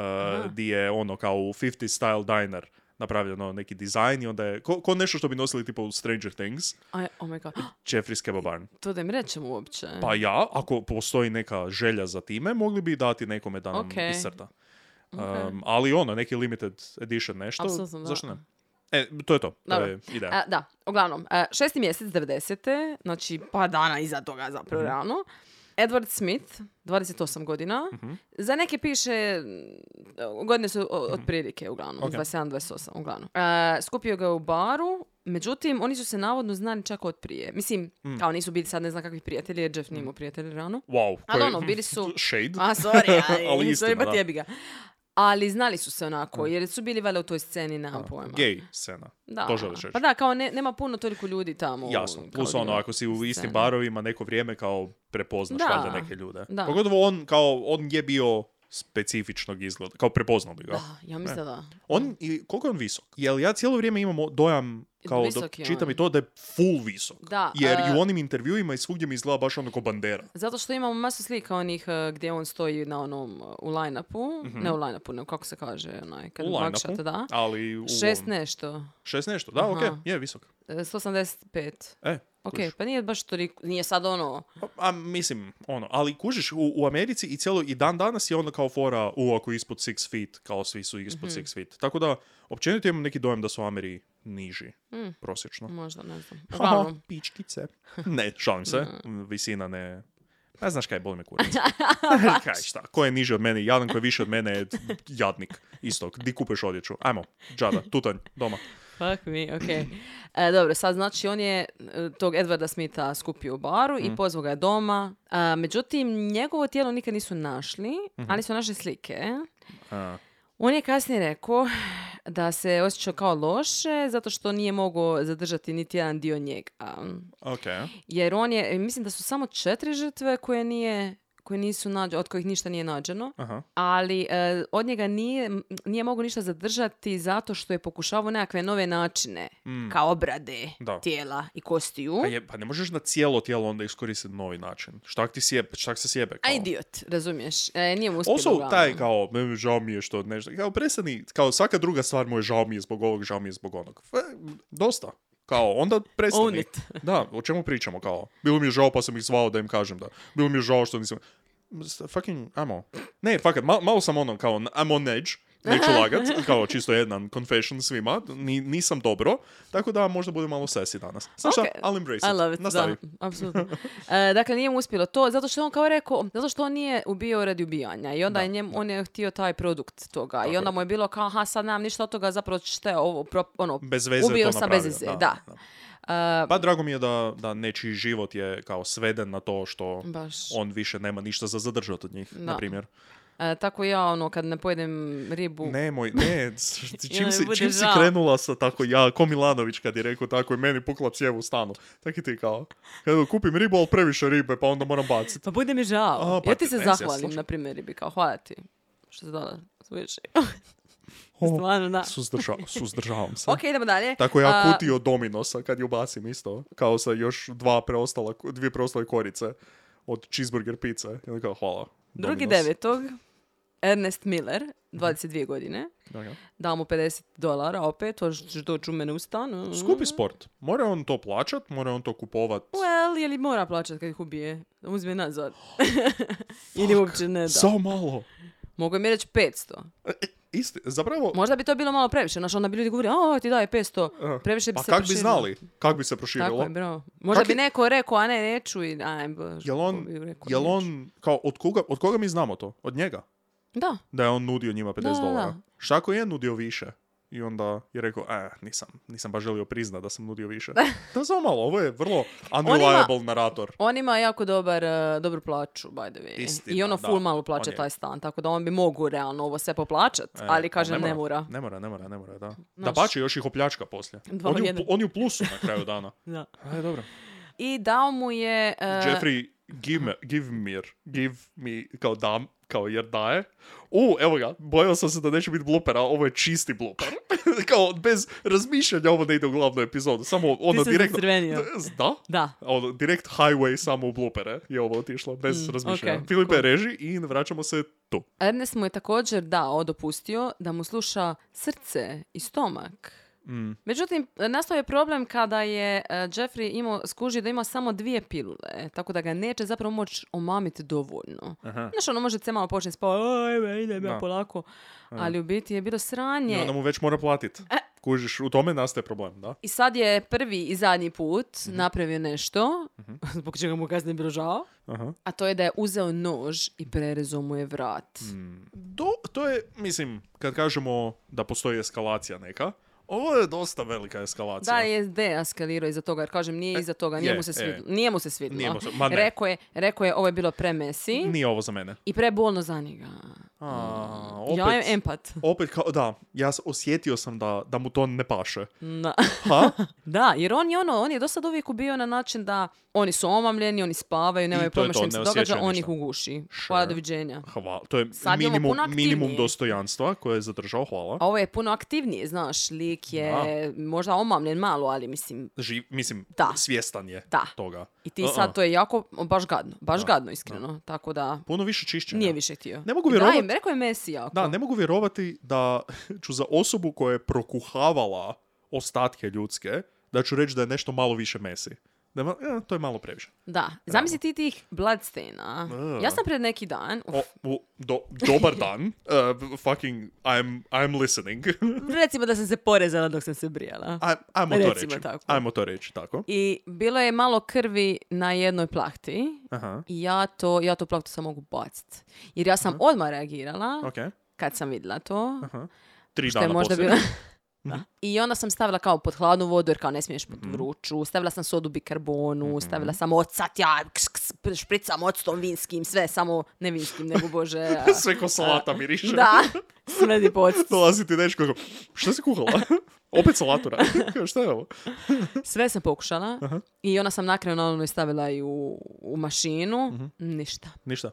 [SPEAKER 4] di je ono kao u 50 style diner napravljeno neki dizajn i onda je, ko, ko nešto što bi nosili tipo u Stranger Things,
[SPEAKER 5] Aj, oh my god,
[SPEAKER 4] Jeffrey's Kebabarn.
[SPEAKER 5] to da im rečem uopće.
[SPEAKER 4] Pa ja, ako postoji neka želja za time, mogli bi dati nekome da nam
[SPEAKER 5] Okej.
[SPEAKER 4] iscrta. Um,
[SPEAKER 5] Okej.
[SPEAKER 4] ali ono, neki limited edition nešto,
[SPEAKER 5] Apsolutno, da.
[SPEAKER 4] zašto ne? E, to je to, to
[SPEAKER 5] Dobro.
[SPEAKER 4] je ideja.
[SPEAKER 5] A, da, uglavnom, e, šesti mjesec 90. znači pa dana iza toga zapravo
[SPEAKER 4] Mhm.
[SPEAKER 5] realno, Edward Smith, 28 godina,
[SPEAKER 4] Mhm.
[SPEAKER 5] za neke piše, e, godine su o- otprilike uglavnom,
[SPEAKER 4] Mhm. Ok.
[SPEAKER 5] 27-28 uglavnom. E, skupio ga je u baru, međutim, oni su se navodno znali čak od prije. Mislim,
[SPEAKER 4] Mm.
[SPEAKER 5] kao nisu bili sad ne znam kakvi prijatelji, jer Jeff nije imao prijatelje rano.
[SPEAKER 4] Wow.
[SPEAKER 5] Ali
[SPEAKER 4] koji-
[SPEAKER 5] ono, bili su-
[SPEAKER 4] Shade.
[SPEAKER 5] A, sorry, ali,
[SPEAKER 4] Ali
[SPEAKER 5] sorry,
[SPEAKER 4] istina,
[SPEAKER 5] but
[SPEAKER 4] da. Mm.
[SPEAKER 5] jebi ga. Ali znali su se onako, jer su bili valjda u toj sceni, nemam pojma.
[SPEAKER 4] Gay scena.
[SPEAKER 5] Da.
[SPEAKER 4] To želiš reći.
[SPEAKER 5] Pa da, kao ne, nema puno toliko ljudi tamo.
[SPEAKER 4] Jasno.
[SPEAKER 5] kao
[SPEAKER 4] Plus
[SPEAKER 5] da
[SPEAKER 4] ono,
[SPEAKER 5] ima
[SPEAKER 4] ako si u istim
[SPEAKER 5] scene.
[SPEAKER 4] barovima neko vrijeme kao prepoznaš
[SPEAKER 5] Da.
[SPEAKER 4] valjda neke ljude.
[SPEAKER 5] Da.
[SPEAKER 4] Pogotovo on kao, on je bio specifičnog izgleda, kao prepoznao bi ga.
[SPEAKER 5] Da, ja mislim da da.
[SPEAKER 4] On, i koliko je on visok? Jel ja cijelo vrijeme imam o- dojam, kao dok
[SPEAKER 5] Visok je
[SPEAKER 4] čitam
[SPEAKER 5] on.
[SPEAKER 4] i to, da je full visok.
[SPEAKER 5] Da,
[SPEAKER 4] Jer i
[SPEAKER 5] e,
[SPEAKER 4] u onim intervjuima i svugdje mi izgleda baš ono ko bandera.
[SPEAKER 5] Zato što imamo masu slika onih eh, gdje on stoji na onom eh, u line-upu, ne u line-upu, nego kako se kaže, onaj, kad
[SPEAKER 4] Mhm. U
[SPEAKER 5] mugshot,
[SPEAKER 4] line-upu,
[SPEAKER 5] da.
[SPEAKER 4] ali u
[SPEAKER 5] Šest
[SPEAKER 4] ovom-
[SPEAKER 5] nešto,
[SPEAKER 4] šest nešto, da, okej, je visok.
[SPEAKER 5] eh, 185.
[SPEAKER 4] E,
[SPEAKER 5] Ok,
[SPEAKER 4] kužiš.
[SPEAKER 5] pa nije baš toliko, nije sad ono,
[SPEAKER 4] Pa, A, mislim, ono, ali kužiš, u, u Americi i cijelo, i dan danas je ono kao fora, u, ako je ispod six feet, kao svi su ispod
[SPEAKER 5] Mhm.
[SPEAKER 4] six feet. Tako da, općenito imam neki dojam da su u Ameri niži,
[SPEAKER 5] Mm.
[SPEAKER 4] prosječno.
[SPEAKER 5] možda, ne znam.
[SPEAKER 4] Haha,
[SPEAKER 5] Uglavnom,
[SPEAKER 4] pičkice. Ne, šalim se, visina ne... Ne znaš kaj, boli me kurac. kaj šta, ko je niži od mene, jadan ko je više od mene je jadnik. Istog, di kupeš odjeću. Ajmo, džada, tutanj, doma.
[SPEAKER 5] fuck me, ok. E, dobro, sad znači on je eh, tog Edwarda Smitha skupio u baru i pozvao ga je doma. A, međutim, njegovo tijelo nikad nisu našli, ali su našli slike.
[SPEAKER 4] A,
[SPEAKER 5] On je kasnije rekao da se osjećao kao loše zato što nije mogao zadržati niti jedan dio njega.
[SPEAKER 4] ok,
[SPEAKER 5] Jer on je, mislim da su samo četiri žrtve koje nije koje nisu nađe, od kojih ništa nije nađeno,
[SPEAKER 4] aha.
[SPEAKER 5] ali e, od njega nije, nije mogao ništa zadržati zato što je pokušavao nekakve nove načine kao obrade
[SPEAKER 4] Mm. Da.
[SPEAKER 5] tijela i kostiju.
[SPEAKER 4] Pa, je, pa ne možeš na cijelo tijelo onda iskoristiti novi način. Šta ti sjebe, šta se sjebe?
[SPEAKER 5] A
[SPEAKER 4] kao?
[SPEAKER 5] idiot, razumiješ? E, nije mu uspjelo.
[SPEAKER 4] Also,
[SPEAKER 5] uglavnom.
[SPEAKER 4] taj kao, "Mm, žao mi je što nešto, kao prestani, kao svaka druga stvar mu je žao mi je zbog ovog, žao mi je zbog onog. F- dosta. Kao, onda prestani.
[SPEAKER 5] Own it.
[SPEAKER 4] Da, o čemu pričamo, kao, bilo mi je žao pa sam ih zvao da im kažem da, bilo mi je žao što nisam, S- fucking, ajmo. Ne, fakat, mal- malo sam ono, kao, I'm on edge, neću lagat, kao čisto jedan confession svima, Ni- nisam dobro, tako da možda budem malo sesi danas. Znaš šta,
[SPEAKER 5] Ok.
[SPEAKER 4] I'll embrace
[SPEAKER 5] I
[SPEAKER 4] it.
[SPEAKER 5] love it,
[SPEAKER 4] Nastavi.
[SPEAKER 5] da, apsolutno. E, dakle, nije mu uspjelo to, zato što je on kao rekao, zato što on nije ubio radi ubijanja i onda je njem, on je htio taj produkt toga i onda mu je bilo kao, aha, sad nemam ništa od toga, zapravo šta je ovo, pro- ono,
[SPEAKER 4] Bez veze je
[SPEAKER 5] ubio
[SPEAKER 4] to
[SPEAKER 5] sam
[SPEAKER 4] napravio,
[SPEAKER 5] bez veze,
[SPEAKER 4] da,
[SPEAKER 5] da.
[SPEAKER 4] da. Pa drago mi je da, da nečiji život je kao sveden na to što
[SPEAKER 5] Baš.
[SPEAKER 4] on više nema ništa za zadržati od njih, na primjer.
[SPEAKER 5] E, tako ja, ono, kad ne pojedem ribu,
[SPEAKER 4] Nemoj, ne, s- čim,
[SPEAKER 5] mi
[SPEAKER 4] si,
[SPEAKER 5] bude
[SPEAKER 4] čim si
[SPEAKER 5] žao.
[SPEAKER 4] krenula sa tako, ja, ko Milanović kad je rekao tako i meni pukla cijev u stanu. Tako i ti kao, kad kupim ribu, ali previše ribe, pa onda moram baciti.
[SPEAKER 5] pa bude mi žao.
[SPEAKER 4] A, pa
[SPEAKER 5] ja ti
[SPEAKER 4] te-
[SPEAKER 5] se
[SPEAKER 4] ne, ja
[SPEAKER 5] zahvalim,
[SPEAKER 4] slušam.
[SPEAKER 5] na primjer, ribi, kao, hvala ti što se dala sviješi. Stvarno, da.
[SPEAKER 4] Suzdrža- suzdržavam se.
[SPEAKER 5] Ok, idemo dalje.
[SPEAKER 4] Tako ja
[SPEAKER 5] A,
[SPEAKER 4] kutio dominosa kad ju bacim isto, kao sa još dva preostala, dvije preostale korice od cheeseburger pice. I onda kao, hvala.
[SPEAKER 5] Drugi
[SPEAKER 4] Domino's.
[SPEAKER 5] devetog, Ernest Miller, 22 godine,
[SPEAKER 4] Da.
[SPEAKER 5] dao mu 50 dolara opet, to ćeš doći u mene u stan. ono,
[SPEAKER 4] Skupi sport. Mora on to plaćat, mora on to kupovat.
[SPEAKER 5] Well, je li mora plaćat kad ih ubije? Da mu Uzme nazad. Ili uopće ne da.
[SPEAKER 4] Samo malo.
[SPEAKER 5] Mogu mi reći 500.
[SPEAKER 4] E, e, Isti, zapravo,
[SPEAKER 5] Možda bi to bilo malo previše, znaš, onda bi ljudi govorili, a ti daje 500,
[SPEAKER 4] eh,
[SPEAKER 5] previše bi
[SPEAKER 4] pa
[SPEAKER 5] se
[SPEAKER 4] kak bi
[SPEAKER 5] proširilo."
[SPEAKER 4] znali? Kak bi se
[SPEAKER 5] Tako
[SPEAKER 4] proširilo?
[SPEAKER 5] je, bravo. Možda
[SPEAKER 4] Kak
[SPEAKER 5] bi
[SPEAKER 4] je-
[SPEAKER 5] neko rekao, a ne, neću i aj, bož,
[SPEAKER 4] Jel on,
[SPEAKER 5] ko bi rekao,
[SPEAKER 4] jel
[SPEAKER 5] neću.
[SPEAKER 4] on, kao, od koga, od koga mi znamo to? Od njega?
[SPEAKER 5] Da,
[SPEAKER 4] Da je on nudio njima 50
[SPEAKER 5] Da, da,
[SPEAKER 4] dolara.
[SPEAKER 5] da.
[SPEAKER 4] Šta ako je nudio više? I onda je rekao, e, nisam, nisam baš želio priznat da sam nudio više. Da, samo malo, ovo je vrlo unreliable narator.
[SPEAKER 5] on ima jako dobar, e, dobru plaću, by the way. I
[SPEAKER 4] Istina,
[SPEAKER 5] ono
[SPEAKER 4] da.
[SPEAKER 5] full malo plaća
[SPEAKER 4] On je-
[SPEAKER 5] taj stan, tako da on bi mogu realno ovo sve poplaćat,
[SPEAKER 4] E,
[SPEAKER 5] ali
[SPEAKER 4] pa
[SPEAKER 5] kažem, ne mora.
[SPEAKER 4] Ne mora, ne mora, ne mora, da. Da
[SPEAKER 5] Znaš.
[SPEAKER 4] pače, još ih opljačka poslije.
[SPEAKER 5] Dva u
[SPEAKER 4] On je, u,
[SPEAKER 5] jedan.
[SPEAKER 4] pl- on je u plusu na kraju dana.
[SPEAKER 5] Da.
[SPEAKER 4] E, dobro.
[SPEAKER 5] I dao mu je... e,
[SPEAKER 4] Jeffrey give, me, give mir, give mi, kao dam, kao jer daje. U, evo ga, bojao sam se da neće biti blooper, a ovo je čisti blooper. kao, bez razmišljanja ovo ne ide u glavnu epizodu, samo ono
[SPEAKER 5] se
[SPEAKER 4] direktno...
[SPEAKER 5] zacrvenio.
[SPEAKER 4] Da?
[SPEAKER 5] Da.
[SPEAKER 4] Ono, direkt highway samo u bloopere je ovo otišlo, bez razmišljanja.
[SPEAKER 5] Mm, ok,
[SPEAKER 4] Filipe, reži i vraćamo se tu.
[SPEAKER 5] Ernest mu je također dao, dopustio da mu sluša srce i stomak. Međutim, nastao je problem kada je e, Jeffrey imao, skužio da ima samo dvije pilule, tako da ga neće zapravo moći omamiti dovoljno. Znaš, ono može se malo počne spavati, ajme, idem ja
[SPEAKER 4] Da.
[SPEAKER 5] polako, ali u biti je bilo
[SPEAKER 4] I
[SPEAKER 5] sranje.
[SPEAKER 4] onda mu već mora platit.
[SPEAKER 5] E.
[SPEAKER 4] Kužiš, u tome nastaje problem, da?
[SPEAKER 5] I sad je prvi i zadnji put
[SPEAKER 4] Mhm.
[SPEAKER 5] napravio nešto, zbog čega mu kasnije bilo žao,
[SPEAKER 4] Aha.
[SPEAKER 5] a to je da je uzeo nož i prerezao mu je vrat.
[SPEAKER 4] Mm, Do, to je, mislim, kad kažemo da postoji eskalacija neka, ovo je dosta velika eskalacija.
[SPEAKER 5] Da, je deeskalirao iza toga, jer kažem, nije iza toga, nije
[SPEAKER 4] je,
[SPEAKER 5] mu se
[SPEAKER 4] e.
[SPEAKER 5] svidilo. Nije mu se svidilo.
[SPEAKER 4] Nije mu se- ma ne.
[SPEAKER 5] Rekao je, rekao je, ovo je bilo premesi
[SPEAKER 4] Nije ovo za mene.
[SPEAKER 5] i prebolno za njega.
[SPEAKER 4] A, opet,
[SPEAKER 5] Mm. Ja je empat.
[SPEAKER 4] opet kao, da, ja s- osjetio sam da, da mu to ne paše.
[SPEAKER 5] Na-
[SPEAKER 4] Ha?
[SPEAKER 5] da, jer on je ono, on je do sad uvijek bio na način da oni su omamljeni, oni spavaju,
[SPEAKER 4] to je
[SPEAKER 5] nemaju pojma
[SPEAKER 4] to,
[SPEAKER 5] što im
[SPEAKER 4] ne
[SPEAKER 5] se
[SPEAKER 4] osjećaju
[SPEAKER 5] događa, on
[SPEAKER 4] ništa.
[SPEAKER 5] ih uguši.
[SPEAKER 4] Sure.
[SPEAKER 5] Hvala, doviđenja.
[SPEAKER 4] Hvala. To je
[SPEAKER 5] Sad je ovo
[SPEAKER 4] minimum,
[SPEAKER 5] puno aktivnije.
[SPEAKER 4] minimum dostojanstva koje je zadržao, hvala.
[SPEAKER 5] A ovo je puno aktivnije, znaš, lik je možda omamljen malo, ali mislim,
[SPEAKER 4] Živ, mislim,
[SPEAKER 5] Da.
[SPEAKER 4] svjestan je
[SPEAKER 5] Da.
[SPEAKER 4] toga.
[SPEAKER 5] i ti
[SPEAKER 4] Uh-uh.
[SPEAKER 5] sad to je jako, baš gadno, baš gadno iskreno, tako da
[SPEAKER 4] Puno više čišćenja.
[SPEAKER 5] nije više htio.
[SPEAKER 4] Ne mogu
[SPEAKER 5] I
[SPEAKER 4] vjerovat-
[SPEAKER 5] Da, i rekao je Messi jako.
[SPEAKER 4] Da, ne mogu vjerovati da ću za osobu koja je prokuhavala ostatke ljudske, da ću reći da je nešto malo više mesi. Da je ma- e, to je malo previše.
[SPEAKER 5] Da, zamisli ti tih bloodstaina.
[SPEAKER 4] Da.
[SPEAKER 5] Ja sam pred neki dan, uf,
[SPEAKER 4] Uh. O, u, do- dobar dan. E, fucking, I'm, I'm listening.
[SPEAKER 5] recimo da sam se porezala dok sam se brijala.
[SPEAKER 4] Aj- ajmo to
[SPEAKER 5] Recimo
[SPEAKER 4] reći.
[SPEAKER 5] tako.
[SPEAKER 4] Ajmo to reći, tako.
[SPEAKER 5] I bilo je malo krvi na jednoj plahti.
[SPEAKER 4] Aha,
[SPEAKER 5] I ja to, ja to plahtu sam mogu bacit. Jer ja sam odmah reagirala
[SPEAKER 4] ok.
[SPEAKER 5] kad sam vidjela to.
[SPEAKER 4] Tri
[SPEAKER 5] Što je
[SPEAKER 4] dana
[SPEAKER 5] možda
[SPEAKER 4] poslije. Mhm.
[SPEAKER 5] bilo... Da. I onda sam stavila kao pod hladnu vodu jer kao ne smiješ pod vruću. Stavila sam sodu bikarbonu,
[SPEAKER 4] Mhm.
[SPEAKER 5] stavila sam ocat, ja ks, ks, špricam octom vinskim, sve samo ne vinskim nego bože. a-
[SPEAKER 4] Sve ko salata miriše.
[SPEAKER 5] da, smrdi po octu.
[SPEAKER 4] Dolazi ti dečko kako, šta si kuhala? Opet salatura. šta je ovo?
[SPEAKER 5] Sve sam pokušala i onda sam nakrenu naravno i stavila i u, u mašinu.
[SPEAKER 4] Mhm.
[SPEAKER 5] Ništa.
[SPEAKER 4] Ništa.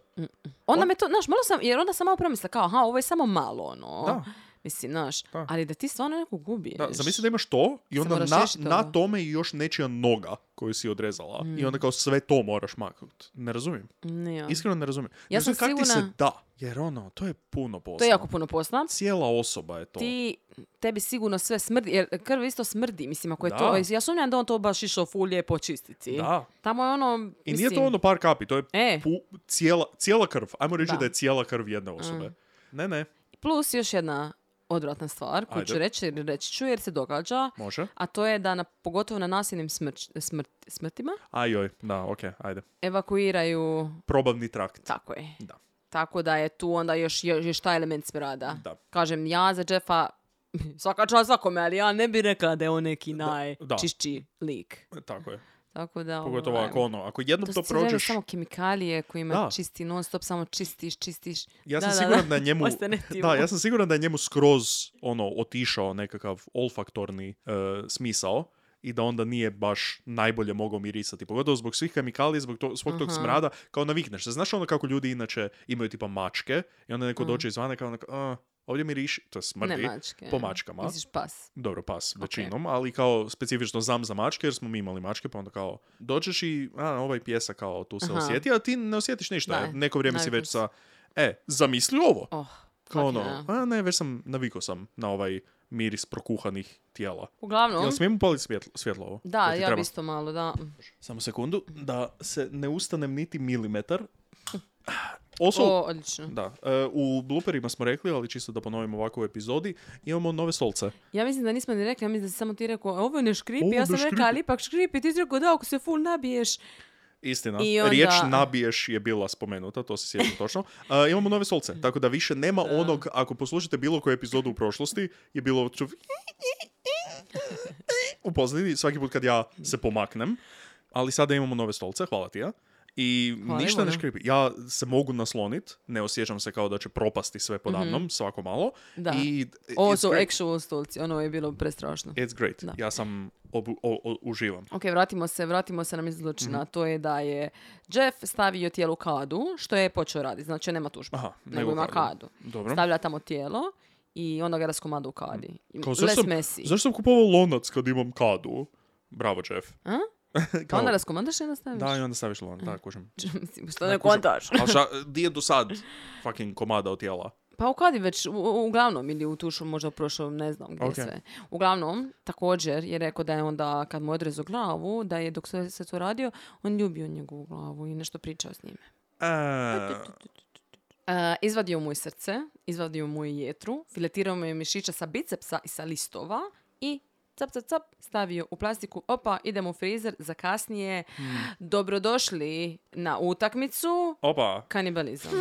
[SPEAKER 5] Onda me to, znaš, malo sam, jer onda sam malo promislila kao, aha, ovo je samo malo, ono.
[SPEAKER 4] Da.
[SPEAKER 5] Mislim, znaš,
[SPEAKER 4] Da.
[SPEAKER 5] ali da ti stvarno neko gubi.
[SPEAKER 4] Da, zamisli da imaš to i onda
[SPEAKER 5] moraš
[SPEAKER 4] na,
[SPEAKER 5] riješiti toga.
[SPEAKER 4] na tome i još nečija noga koju si odrezala.
[SPEAKER 5] Mm.
[SPEAKER 4] I onda kao sve to moraš maknut. Ne razumijem.
[SPEAKER 5] Ne, ono. ja.
[SPEAKER 4] Iskreno ne razumijem.
[SPEAKER 5] Ja
[SPEAKER 4] ne znam
[SPEAKER 5] sam
[SPEAKER 4] kako ti se
[SPEAKER 5] sigurna-
[SPEAKER 4] da, jer ono, to je puno posla.
[SPEAKER 5] To je jako puno posla.
[SPEAKER 4] Cijela osoba je to.
[SPEAKER 5] Ti, tebi sigurno sve smrdi, jer krv isto smrdi, mislim, ako je
[SPEAKER 4] Da.
[SPEAKER 5] to, ja sumnjam da on to baš išao full lijepo čistiti.
[SPEAKER 4] Da.
[SPEAKER 5] Tamo je ono, mislim,
[SPEAKER 4] I nije to ono par kapi, to je
[SPEAKER 5] E.
[SPEAKER 4] pu- cijela, cijela krv. Ajmo reći da.
[SPEAKER 5] Da. Mm.
[SPEAKER 4] je cijela krv jedne osobe. Ne, ne,
[SPEAKER 5] plus još jedna odvratna stvar koju
[SPEAKER 4] Ajde.
[SPEAKER 5] ću reći, jer reći ću jer se događa,
[SPEAKER 4] može.
[SPEAKER 5] a to je da na, pogotovo na nasilnim smrć, smrt- smrtima
[SPEAKER 4] Ajoj, da, ok, ajde.
[SPEAKER 5] evakuiraju,
[SPEAKER 4] Probavni trakt.
[SPEAKER 5] tako je,
[SPEAKER 4] Da.
[SPEAKER 5] Tako da je tu onda još, još, još taj element smrada.
[SPEAKER 4] Da.
[SPEAKER 5] Kažem, ja za Jeffa, svaka čast svakome, ali ja ne bi rekla da je on neki najčišći lik.
[SPEAKER 4] Tako je.
[SPEAKER 5] Tako da,
[SPEAKER 4] Pogotovo
[SPEAKER 5] ovaj,
[SPEAKER 4] ako ono, ako jednom
[SPEAKER 5] to,
[SPEAKER 4] to,
[SPEAKER 5] su cijelo vrijeme
[SPEAKER 4] prođeš,
[SPEAKER 5] samo kemikalije kojima
[SPEAKER 4] Da.
[SPEAKER 5] čisti non stop, samo čistiš, čistiš.
[SPEAKER 4] ja sam siguran da, je njemu,
[SPEAKER 5] Ostane ti
[SPEAKER 4] da,
[SPEAKER 5] ovo.
[SPEAKER 4] ja sam siguran da je njemu skroz ono otišao nekakav olfaktorni e, smisao i da onda nije baš najbolje mogao mirisati. Pogotovo zbog svih kemikalija, zog to, svog tog smrada, kao navikneš se. Znaš ono kako ljudi inače imaju tipa mačke i onda neko dođe izvana i kao onako, "A, ovdje miriši, to je smrdi,
[SPEAKER 5] Mm. Ne mačke.
[SPEAKER 4] po mačkama.
[SPEAKER 5] Misliš pas.
[SPEAKER 4] Dobro, pas, većinom, ali kao specifično znam za mačke jer smo mi imali mačke, pa onda kao dođeš i a, ovaj pjesa kao tu se
[SPEAKER 5] Aha.
[SPEAKER 4] osjeti, a ti ne osjetiš ništa.
[SPEAKER 5] Da,
[SPEAKER 4] Neko vrijeme si
[SPEAKER 5] navikao
[SPEAKER 4] već
[SPEAKER 5] si.
[SPEAKER 4] sa, e, zamisli ovo.
[SPEAKER 5] Oh, fucking
[SPEAKER 4] kao ono,
[SPEAKER 5] hell.
[SPEAKER 4] a ne, već sam, navikao sam na ovaj miris prokuhanih tijela.
[SPEAKER 5] Uglavnom,
[SPEAKER 4] Jel smijem upaliti svjetlo, svjetlo ovo?
[SPEAKER 5] da,
[SPEAKER 4] Jel ti
[SPEAKER 5] ja
[SPEAKER 4] treba?
[SPEAKER 5] bi isto malo, da.
[SPEAKER 4] Samo sekundu, da se ne ustanem niti milimetar. Also,
[SPEAKER 5] O, odlično.
[SPEAKER 4] da, e, u blooperima smo rekli, ali čisto da ponovimo ovako u epizodi, imamo nove stolce.
[SPEAKER 5] Ja mislim da nismo ni rekli, ja mislim da si samo ti rekao, ovo ne škripi,
[SPEAKER 4] Ovo ne
[SPEAKER 5] ja sam
[SPEAKER 4] škripi.
[SPEAKER 5] rekla, ali ipak škripi, ti si rekao da ako se full nabiješ.
[SPEAKER 4] Istina.
[SPEAKER 5] I onda-
[SPEAKER 4] Riječ nabiješ je bila spomenuta, to se sjećam točno. Uh, imamo nove solce, tako da više nema onog, ako poslušate bilo koju epizodu u prošlosti, je bilo ču... u pozadini svaki put kad ja se pomaknem. Ali sada imamo nove stolce, hvala ti ja. I
[SPEAKER 5] Hvala
[SPEAKER 4] ništa ne
[SPEAKER 5] Ivana.
[SPEAKER 4] škripi. Ja se mogu naslonit, ne osjećam se kao da će propasti sve podavnom, svako malo.
[SPEAKER 5] Mhm. Da.
[SPEAKER 4] I
[SPEAKER 5] Ovo
[SPEAKER 4] it's
[SPEAKER 5] su
[SPEAKER 4] great.
[SPEAKER 5] actual stolci, ono je bilo prestrašno.
[SPEAKER 4] It's great.
[SPEAKER 5] Da.
[SPEAKER 4] Ja sam obu, o- o- uživam.
[SPEAKER 5] Ok, vratimo se, vratimo se nam iz zločina.
[SPEAKER 4] Mhm.
[SPEAKER 5] To je da je Jeff stavio tijelo u kadu, što je počeo raditi. Znači, nema tužbu,
[SPEAKER 4] Aha,
[SPEAKER 5] nego,
[SPEAKER 4] nego u
[SPEAKER 5] ima
[SPEAKER 4] kadu.
[SPEAKER 5] kadu.
[SPEAKER 4] Dobro.
[SPEAKER 5] Stavlja tamo tijelo i onda ga raskomada u kadi.
[SPEAKER 4] Kao,
[SPEAKER 5] Les
[SPEAKER 4] zašto, sam,
[SPEAKER 5] Messi.
[SPEAKER 4] zašto sam kupovao lonac kad imam kadu? Bravo, Jeff.
[SPEAKER 5] A?
[SPEAKER 4] Kao,
[SPEAKER 5] Pa Onda Mm. raskomandaš i onda staviš?
[SPEAKER 4] da, i onda staviš lon, da, kužim.
[SPEAKER 5] Mislim, što ne
[SPEAKER 4] kužim.
[SPEAKER 5] kontaš?
[SPEAKER 4] Ali šta, di je do sad fucking komada od tijela?
[SPEAKER 5] Pa u kadi već, u- u- uglavnom, ili u tušu možda u prošlom, ne znam gdje
[SPEAKER 4] Ok.
[SPEAKER 5] sve. Uglavnom, također je rekao da je onda, kad mu je odrezao glavu, da je dok se, se to radio, on ljubio njegovu glavu i nešto pričao s njime.
[SPEAKER 4] E,
[SPEAKER 5] E, izvadio mu je srce, izvadio mu je jetru, filetirao mu je mišiće sa bicepsa i sa listova i cap, cap, cap, stavio u plastiku, opa, idemo u frizer za kasnije. Dobrodošli na utakmicu.
[SPEAKER 4] opa,
[SPEAKER 5] Kanibalizam.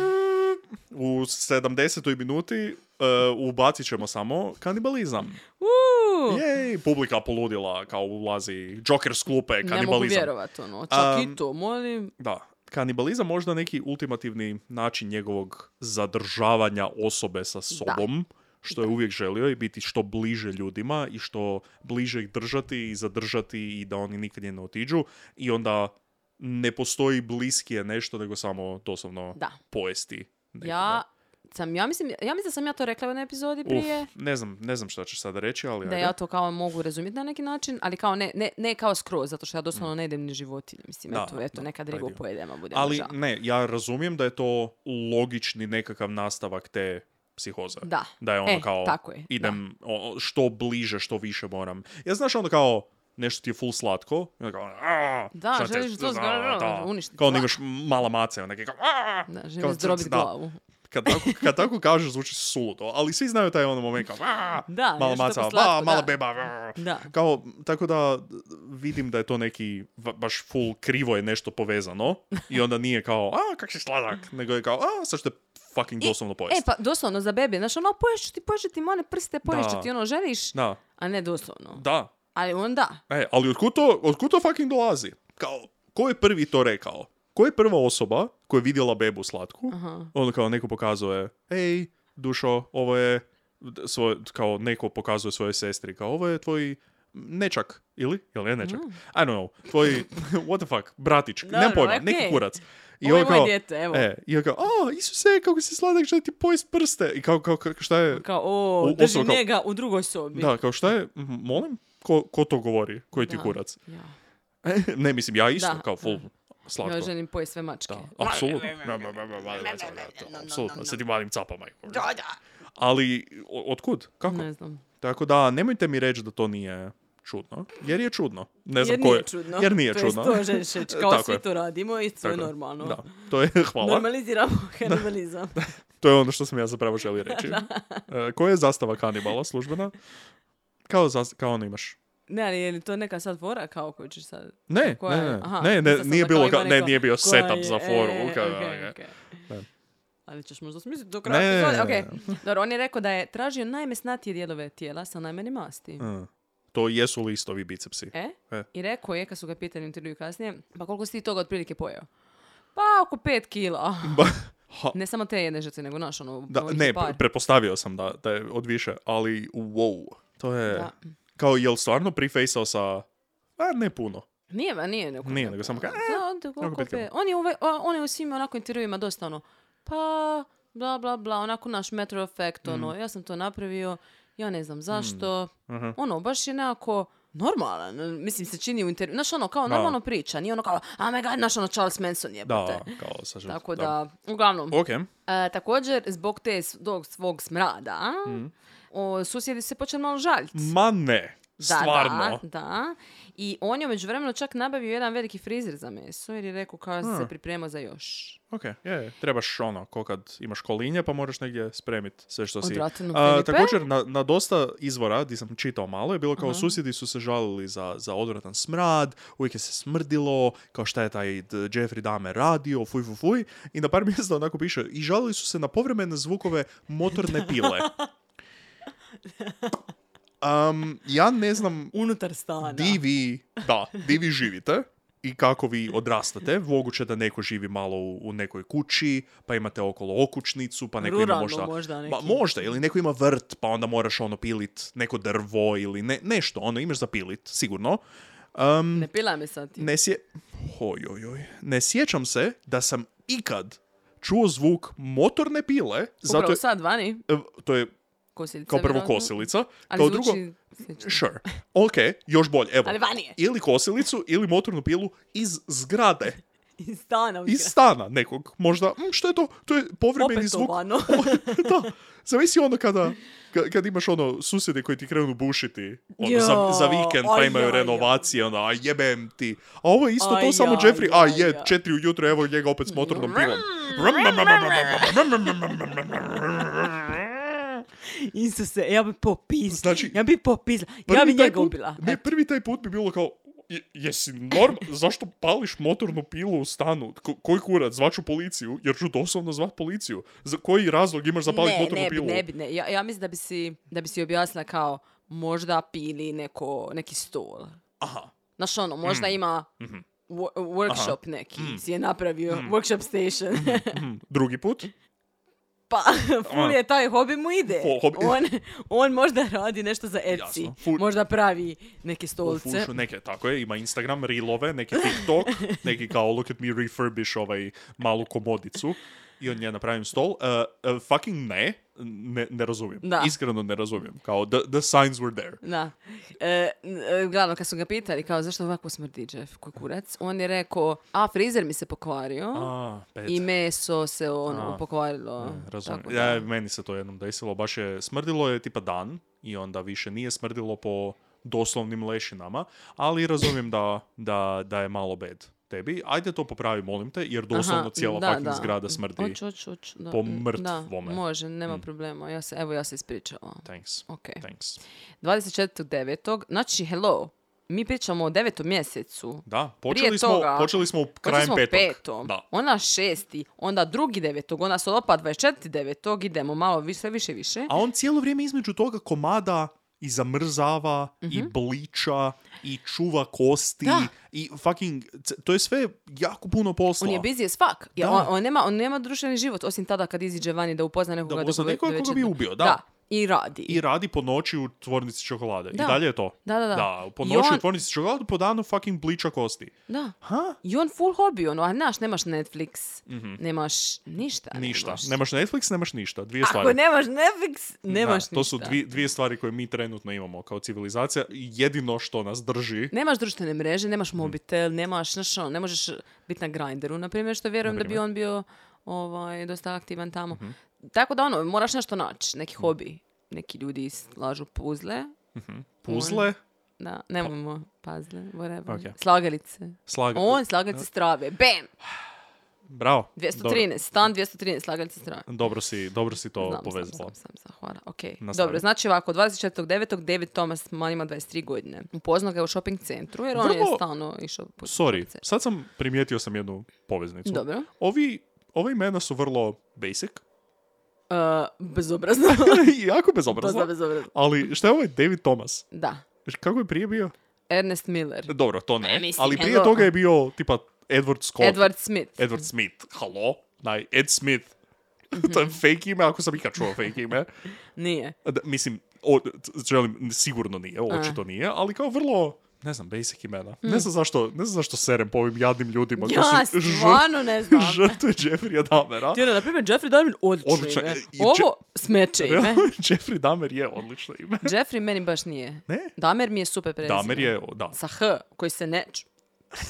[SPEAKER 4] u 70. minuti e, ubacit ćemo samo kanibalizam.
[SPEAKER 5] Uuu!
[SPEAKER 4] Jej, publika poludila, kao ulazi Joker sklupe,
[SPEAKER 5] Ne mogu
[SPEAKER 4] E, kanibalizam.
[SPEAKER 5] vjerovat, ono. Čak
[SPEAKER 4] Am,
[SPEAKER 5] i to, molim.
[SPEAKER 4] Da, kanibalizam možda neki ultimativni način njegovog zadržavanja osobe sa sobom, što je uvijek želio i biti što bliže ljudima i što bliže ih držati i zadržati i da oni nikad nje ne otiđu i onda ne postoji bliskije nešto nego samo doslovno
[SPEAKER 5] Da.
[SPEAKER 4] pojesti. nekoga.
[SPEAKER 5] Ja sam, ja mislim, ja mislim da sam ja to rekla u jednoj epizodi
[SPEAKER 4] Uf,
[SPEAKER 5] prije.
[SPEAKER 4] ne znam, ne znam šta ćeš sada reći, ali
[SPEAKER 5] Da
[SPEAKER 4] ajde.
[SPEAKER 5] ja to kao mogu razumjeti na neki način, ali kao ne, ne, ne kao skroz, zato što ja doslovno ne jedem ni životinje. Mislim,
[SPEAKER 4] Mm. Da,
[SPEAKER 5] eto, eto
[SPEAKER 4] da,
[SPEAKER 5] nekad
[SPEAKER 4] taj
[SPEAKER 5] ribu
[SPEAKER 4] dio.
[SPEAKER 5] pojedem, a bude
[SPEAKER 4] Ali ne, ja razumijem da je to logični nekakav nastavak te psihoze.
[SPEAKER 5] Da.
[SPEAKER 4] Da je ono
[SPEAKER 5] E,
[SPEAKER 4] kao,
[SPEAKER 5] tako je,
[SPEAKER 4] idem o- o, što bliže, što više moram. Ja znaš onda kao, nešto ti je full slatko, i onda kao, "A,
[SPEAKER 5] Da,
[SPEAKER 4] šta ćeš,
[SPEAKER 5] želiš to
[SPEAKER 4] da,
[SPEAKER 5] zgra-
[SPEAKER 4] da."
[SPEAKER 5] uništiti.
[SPEAKER 4] Kao da imaš mala maca, onda kao, "A."
[SPEAKER 5] Da,
[SPEAKER 4] Kao
[SPEAKER 5] želim
[SPEAKER 4] crc,
[SPEAKER 5] zdrobiti
[SPEAKER 4] da.
[SPEAKER 5] glavu.
[SPEAKER 4] Kad tako, kad tako kažeš, zvuči suludo, ali svi znaju taj ono moment kao, "A,
[SPEAKER 5] Da,
[SPEAKER 4] mala
[SPEAKER 5] nešto
[SPEAKER 4] maca,
[SPEAKER 5] tako slatko,
[SPEAKER 4] "A, mala
[SPEAKER 5] da."
[SPEAKER 4] beba, "A."
[SPEAKER 5] Da.
[SPEAKER 4] Kao, tako da vidim da je to neki, va- baš full krivo je nešto povezano i onda nije kao, a, kak si sladak, nego je kao, a, sad ću te fucking doslovno
[SPEAKER 5] E,
[SPEAKER 4] pojesti.
[SPEAKER 5] pa doslovno za bebe, znaš, ono, poješću ti, poješću ti mone prste, poješću
[SPEAKER 4] Da.
[SPEAKER 5] ti, ono, želiš,
[SPEAKER 4] Da,
[SPEAKER 5] a ne doslovno.
[SPEAKER 4] da,
[SPEAKER 5] Ali onda,
[SPEAKER 4] E, ali otkud to, otkud to fucking dolazi? Kao, ko je prvi to rekao? Ko je prva osoba koja je vidjela bebu slatku? Onda kao neko pokazuje, ej, dušo, ovo je, d- svoje, kao neko pokazuje svojoj sestri, kao ovo je tvoj nečak, ili? Jel je nečak? I don't know. Tvoj, what the fuck, bratić, nemam
[SPEAKER 5] Mm. Dobro,
[SPEAKER 4] pojma,
[SPEAKER 5] okej.
[SPEAKER 4] neki kurac. I
[SPEAKER 5] Ovo je
[SPEAKER 4] on
[SPEAKER 5] moje
[SPEAKER 4] kao,
[SPEAKER 5] dijete, evo.
[SPEAKER 4] E, i on kao, a, Isuse, kako si sladak, želim ti pojest prste. I kao, kao, kao šta je?
[SPEAKER 5] kao, o,
[SPEAKER 4] U-
[SPEAKER 5] drži
[SPEAKER 4] osoba kao-
[SPEAKER 5] njega u drugoj sobi.
[SPEAKER 4] Da, kao šta je, Mhm, molim, ko, ko to govori, koji ti
[SPEAKER 5] Da.
[SPEAKER 4] kurac?
[SPEAKER 5] Ja.
[SPEAKER 4] ne, mislim, ja isto,
[SPEAKER 5] Da,
[SPEAKER 4] kao full slatko.
[SPEAKER 5] Ja želim pojesti sve mačke.
[SPEAKER 4] Da, apsolutno. Ne, ne, ne, ne, ne, ne, Apsolutno, sa tim malim capama. Ali, o- otkud? Kako?
[SPEAKER 5] Ne znam.
[SPEAKER 4] Tako da, nemojte mi reći da to nije čudno, jer je čudno. Ne znam
[SPEAKER 5] Jer
[SPEAKER 4] ko
[SPEAKER 5] nije
[SPEAKER 4] je-
[SPEAKER 5] čudno.
[SPEAKER 4] Jer nije
[SPEAKER 5] to
[SPEAKER 4] čudno.
[SPEAKER 5] To želiš reći, kao
[SPEAKER 4] Tako
[SPEAKER 5] svi
[SPEAKER 4] je.
[SPEAKER 5] to radimo i to je
[SPEAKER 4] Tako je.
[SPEAKER 5] normalno.
[SPEAKER 4] Da, to je, hvala.
[SPEAKER 5] Normaliziramo kanibalizam.
[SPEAKER 4] To je ono što sam ja zapravo želio reći. E, koja je zastava kanibala službena? Kao, zas- kao ono imaš.
[SPEAKER 5] Ne, ali je li to neka sad fora kao koju ćeš sad...
[SPEAKER 4] Ne,
[SPEAKER 5] Koja
[SPEAKER 4] ne,
[SPEAKER 5] je?
[SPEAKER 4] ne,
[SPEAKER 5] Aha,
[SPEAKER 4] ne, ne,
[SPEAKER 5] mislila sam
[SPEAKER 4] nije
[SPEAKER 5] da
[SPEAKER 4] bilo,
[SPEAKER 5] kao
[SPEAKER 4] ka-
[SPEAKER 5] ima
[SPEAKER 4] ne,
[SPEAKER 5] neka
[SPEAKER 4] nije bio
[SPEAKER 5] koja
[SPEAKER 4] setup
[SPEAKER 5] je-
[SPEAKER 4] za foru.
[SPEAKER 5] e,
[SPEAKER 4] kao-
[SPEAKER 5] okej, okej.
[SPEAKER 4] Ne.
[SPEAKER 5] Ali ćeš možda smisliti do
[SPEAKER 4] Ne,
[SPEAKER 5] kraja epizode.
[SPEAKER 4] ne,
[SPEAKER 5] Okej. Dobro, on je rekao da je tražio najmesnatije dijelove tijela sa najmanje masti.
[SPEAKER 4] Mm. To jesu li isto ovi bicepsi?
[SPEAKER 5] E?
[SPEAKER 4] E.
[SPEAKER 5] I rekao je, kad su ga pitali u intervju kasnije, pa koliko si ti toga otprilike pojeo? Pa oko pet kila.
[SPEAKER 4] Ba, ha,
[SPEAKER 5] Ne samo te jedne žrtve, nego naš ono...
[SPEAKER 4] da,
[SPEAKER 5] ono
[SPEAKER 4] ne,
[SPEAKER 5] par.
[SPEAKER 4] pre- pretpostavio sam da, da je od više, ali wow. To je,
[SPEAKER 5] Da.
[SPEAKER 4] kao jel stvarno prefacao sa, a ne puno.
[SPEAKER 5] Nije, ba, nije. Neko, ono,
[SPEAKER 4] Nije, nego samo kao, "E,
[SPEAKER 5] Da, on, tako
[SPEAKER 4] oko pet
[SPEAKER 5] kope.
[SPEAKER 4] kila."
[SPEAKER 5] on, je uve, a, on je u svim onako intervjuima dosta ono, pa bla bla bla, onako naš metro efekt, ono,
[SPEAKER 4] Mm.
[SPEAKER 5] ja sam to napravio, ja ne znam zašto, ono, baš je nekako normalan, mislim se čini u intervju, znaš ono, kao
[SPEAKER 4] Da.
[SPEAKER 5] normalno priča, nije ono kao, a my god, znaš ono, Charles Manson je,
[SPEAKER 4] Da, kao sa žrtvom,
[SPEAKER 5] pa tako da, uglavnom,
[SPEAKER 4] Ok,
[SPEAKER 5] e, također, zbog te, s- tog svog smrada,
[SPEAKER 4] Mm.
[SPEAKER 5] o, susjedi se počeli malo žaljiti.
[SPEAKER 4] ma ne, stvarno.
[SPEAKER 5] Da, da. I on je umeđu vremenu čak nabavio jedan veliki frizer za meso jer je rekao kao da se
[SPEAKER 4] Hmm.
[SPEAKER 5] pripremao za još.
[SPEAKER 4] Ok, je, trebaš ono, ko kad imaš kolinje pa moraš negdje spremiti sve što si.
[SPEAKER 5] Odvratno,
[SPEAKER 4] A,
[SPEAKER 5] Filipe.
[SPEAKER 4] također, na, na dosta izvora, di sam čitao malo, je bilo kao susjedi su se žalili za, za odvratan smrad, uvijek je se smrdilo, kao šta je taj d- Jeffrey Dahmer radio, fuj, fuj, fuj. I na par mjesta onako piše, i žalili su se na povremene zvukove motorne pile. Am, ja ne znam
[SPEAKER 5] Unutar stana.
[SPEAKER 4] di vi, da, di vi živite i kako vi odrastate. Moguće da neko živi malo u, u nekoj kući, pa imate okolo okućnicu, pa neko ima
[SPEAKER 5] Ruralno
[SPEAKER 4] možda...
[SPEAKER 5] možda neki.
[SPEAKER 4] Ma, možda, ili neko ima vrt, pa onda moraš ono pilit neko drvo ili ne, nešto, ono imaš za pilit, sigurno. Um,
[SPEAKER 5] Ne pila mi sad ti.
[SPEAKER 4] ne sje... Oj, oj, oj. Ne sjećam se da sam ikad čuo zvuk motorne pile, zato
[SPEAKER 5] Upravo
[SPEAKER 4] je,
[SPEAKER 5] sad vani.
[SPEAKER 4] e, to je
[SPEAKER 5] Kosilica.
[SPEAKER 4] kao prvo
[SPEAKER 5] vjerojatno.
[SPEAKER 4] kosilica,
[SPEAKER 5] Ali
[SPEAKER 4] kao drugo...
[SPEAKER 5] zvuči slično.
[SPEAKER 4] Sure. Ok, još bolje. Evo.
[SPEAKER 5] Ali vani je.
[SPEAKER 4] Ili kosilicu, ili motornu pilu iz zgrade,
[SPEAKER 5] Iz stana.
[SPEAKER 4] iz stana nekog. Možda, "Mm, što je to? To je povremeni zvuk.
[SPEAKER 5] Opetovano.
[SPEAKER 4] da. Zamisli ono kada, ka- kad imaš ono susjede koji ti krenu bušiti ono, za,
[SPEAKER 5] Jo,
[SPEAKER 4] za vikend pa
[SPEAKER 5] aj,
[SPEAKER 4] imaju
[SPEAKER 5] aj, aj.
[SPEAKER 4] renovacije, onda a jebem ti. A ovo je isto to
[SPEAKER 5] Aj,
[SPEAKER 4] samo
[SPEAKER 5] aj,
[SPEAKER 4] Jeffrey, a
[SPEAKER 5] aj,
[SPEAKER 4] je,
[SPEAKER 5] aj.
[SPEAKER 4] četiri ujutro, evo njega opet s motornom pilom.
[SPEAKER 5] Isuse, ja bi popisla.
[SPEAKER 4] Znači,
[SPEAKER 5] ja bi popisla.
[SPEAKER 4] Prvi
[SPEAKER 5] Ja bi
[SPEAKER 4] taj
[SPEAKER 5] njega
[SPEAKER 4] put-
[SPEAKER 5] ubila.
[SPEAKER 4] Ne, prvi taj put bi bilo kao, "Je- jesi norm, zašto pališ motornu pilu u stanu? Ko, koji kurac, zvaću policiju, jer ću doslovno zvat policiju. Za koji razlog imaš za palit motornu
[SPEAKER 5] ne, bi,
[SPEAKER 4] pilu?
[SPEAKER 5] ne bi, ne. Ja, ja mislim da bi si, da bi si objasnila kao možda pili neko, neki stol.
[SPEAKER 4] Aha, Mm. Mhm.
[SPEAKER 5] Znaš ono, možda ima wo- workshop neki si je napravio,
[SPEAKER 4] Mm.
[SPEAKER 5] workshop station.
[SPEAKER 4] Drugi put,
[SPEAKER 5] pa, ful je taj hobi mu ide.
[SPEAKER 4] Ho- Ono. hobi-
[SPEAKER 5] On, on možda radi nešto za Etsy.
[SPEAKER 4] Jasno, ful-
[SPEAKER 5] Možda pravi neke
[SPEAKER 4] u
[SPEAKER 5] stolce.
[SPEAKER 4] fušu neke, tako je, ima Instagram, reelove, neki TikTok, neki kao look at me refurbish ovaj malu komodicu i od nje napravim stol. E, e, fucking ne, ne, ne razumijem.
[SPEAKER 5] Da.
[SPEAKER 4] Iskreno ne razumijem. Kao, the, the signs were there.
[SPEAKER 5] Da. E, n- e, glavno, kad su ga pitali kao zašto ovako smrdi Jeff koji kurac, on je rekao, a frizer mi se pokvario
[SPEAKER 4] A, pet.
[SPEAKER 5] i meso se ono
[SPEAKER 4] A.
[SPEAKER 5] pokvarilo.
[SPEAKER 4] Razumijem.
[SPEAKER 5] Tako da.
[SPEAKER 4] E, Ja, meni se to jednom desilo, baš je, smrdilo je tipa dan i onda više nije smrdilo po doslovnim lešinama, ali razumijem da, da, da je malo bed tebi. Ajde to popravi, molim te, jer doslovno
[SPEAKER 5] Aha,
[SPEAKER 4] cijela
[SPEAKER 5] da,
[SPEAKER 4] fucking
[SPEAKER 5] da.
[SPEAKER 4] zgrada smrdi.
[SPEAKER 5] Oću, oću, oću, da.
[SPEAKER 4] po
[SPEAKER 5] Mm,
[SPEAKER 4] mrtvome. Mm.
[SPEAKER 5] Da, može, nema problema. Ja se, evo, ja se ispričavam.
[SPEAKER 4] Thanks.
[SPEAKER 5] Ok.
[SPEAKER 4] Thanks.
[SPEAKER 5] 24.9. Znači, hello, mi pričamo o 9. mjesecu.
[SPEAKER 4] Da, počeli,
[SPEAKER 5] toga-
[SPEAKER 4] smo, počeli smo
[SPEAKER 5] Počeli
[SPEAKER 4] krajem
[SPEAKER 5] smo
[SPEAKER 4] petog.
[SPEAKER 5] petom,
[SPEAKER 4] Da.
[SPEAKER 5] onda šesti, onda drugi devetog, onda se opa 24 devetog, idemo malo vi- sve više i više.
[SPEAKER 4] A on cijelo vrijeme između toga komada i zamrzava, i bliča, i čuva kosti,
[SPEAKER 5] Mhm. Da.
[SPEAKER 4] i fucking, c- to je sve jako puno posla.
[SPEAKER 5] On je busy as fuck. Ja,
[SPEAKER 4] Da.
[SPEAKER 5] on, on nema, on nema društveni život, osim tada kad iziđe vani da upozna nekoga.
[SPEAKER 4] Da upozna
[SPEAKER 5] govori-
[SPEAKER 4] nekoga koga bi
[SPEAKER 5] večer-
[SPEAKER 4] ubio, da.
[SPEAKER 5] I radi.
[SPEAKER 4] I radi po noći u tvornici čokolade.
[SPEAKER 5] Da.
[SPEAKER 4] I dalje je to.
[SPEAKER 5] Da, da, da.
[SPEAKER 4] po
[SPEAKER 5] I
[SPEAKER 4] noći
[SPEAKER 5] on-
[SPEAKER 4] u tvornici čokolade, po danu fucking bliča kosti.
[SPEAKER 5] Da.
[SPEAKER 4] Ha?
[SPEAKER 5] I on full hobi, ono, a znaš, nemaš Netflix, nemaš ništa.
[SPEAKER 4] Mhm. Ništa.
[SPEAKER 5] nemaš.
[SPEAKER 4] Nemaš Netflix, nemaš ništa. Dvije
[SPEAKER 5] Ako
[SPEAKER 4] stvari.
[SPEAKER 5] nemaš Netflix, nemaš
[SPEAKER 4] Da, to su
[SPEAKER 5] ništa.
[SPEAKER 4] dvi- dvije stvari koje mi trenutno imamo kao civilizacija. Jedino što nas drži
[SPEAKER 5] Nemaš društvene mreže, nemaš
[SPEAKER 4] Mhm.
[SPEAKER 5] mobitel, nemaš, znaš, ono, ne možeš biti na grinderu, na primjer, što vjerujem da bi on bio ovaj, dosta aktivan tamo.
[SPEAKER 4] Mhm.
[SPEAKER 5] Tako da, ono, moraš nešto naći, neki hobi. Neki ljudi slažu puzle,
[SPEAKER 4] puzle,
[SPEAKER 5] Da, nemojmo pazle, whatever.
[SPEAKER 4] Pa- Ok.
[SPEAKER 5] Slagalice.
[SPEAKER 4] slaga...
[SPEAKER 5] On slagalice strave. Bam!
[SPEAKER 4] Bravo.
[SPEAKER 5] 213,
[SPEAKER 4] Dobro.
[SPEAKER 5] stan 213, slagalice strave.
[SPEAKER 4] Dobro si, dobro si to
[SPEAKER 5] Znam, znam,
[SPEAKER 4] povezala.
[SPEAKER 5] znam, znam, znam, hvala. Okay.
[SPEAKER 4] Nastavi.
[SPEAKER 5] Dobro, znači ovako, 24.9. David Thomas ma, ima 23 godine. Upoznao ga je u shopping centru, jer on je
[SPEAKER 4] Vrlo-
[SPEAKER 5] stalno išao po
[SPEAKER 4] Sorry,
[SPEAKER 5] shopping centru.
[SPEAKER 4] sad sam primijetio sam jednu poveznicu.
[SPEAKER 5] Dobro.
[SPEAKER 4] Ovi, ova imena su vrlo basic,
[SPEAKER 5] Uh, bezobrazno.
[SPEAKER 4] i jako bezobrazna,
[SPEAKER 5] Dosta bezobrazno.
[SPEAKER 4] ali šta je ovaj David Thomas?
[SPEAKER 5] Da.
[SPEAKER 4] Kako je prije bio?
[SPEAKER 5] Ernest Miller.
[SPEAKER 4] Dobro, to
[SPEAKER 5] E,
[SPEAKER 4] ne,
[SPEAKER 5] mislim,
[SPEAKER 4] ali prije
[SPEAKER 5] hello.
[SPEAKER 4] toga je bio tipa Edward Scott.
[SPEAKER 5] Edward Smith.
[SPEAKER 4] Edward Smith, halo? Naj, Ed Smith.
[SPEAKER 5] Mhm.
[SPEAKER 4] to je fake ime, ako sam ikad čuo fake ime.
[SPEAKER 5] Nije.
[SPEAKER 4] Da, mislim, o, t- želim, sigurno nije, očito nije, ali kao vrlo, ne znam, basic imena. Ne znam zašto, ne znam zašto serem po ovim jadnim ljudima
[SPEAKER 5] Mhm. Ja
[SPEAKER 4] koji su žrt-
[SPEAKER 5] stvarno ne znam.
[SPEAKER 4] žrtve Jeffrey Dahmera.
[SPEAKER 5] Ti ono, na primjer, Jeffrey Dahmer odlično
[SPEAKER 4] Odlično,
[SPEAKER 5] ime.
[SPEAKER 4] e, i
[SPEAKER 5] Ovo smeće ime.
[SPEAKER 4] Jeffrey Dahmer je odlično ime.
[SPEAKER 5] Jeffrey meni baš nije.
[SPEAKER 4] Ne?
[SPEAKER 5] Damer mi je super prezime.
[SPEAKER 4] Dahmer je, o, da.
[SPEAKER 5] Sa H, koji se ne... ču-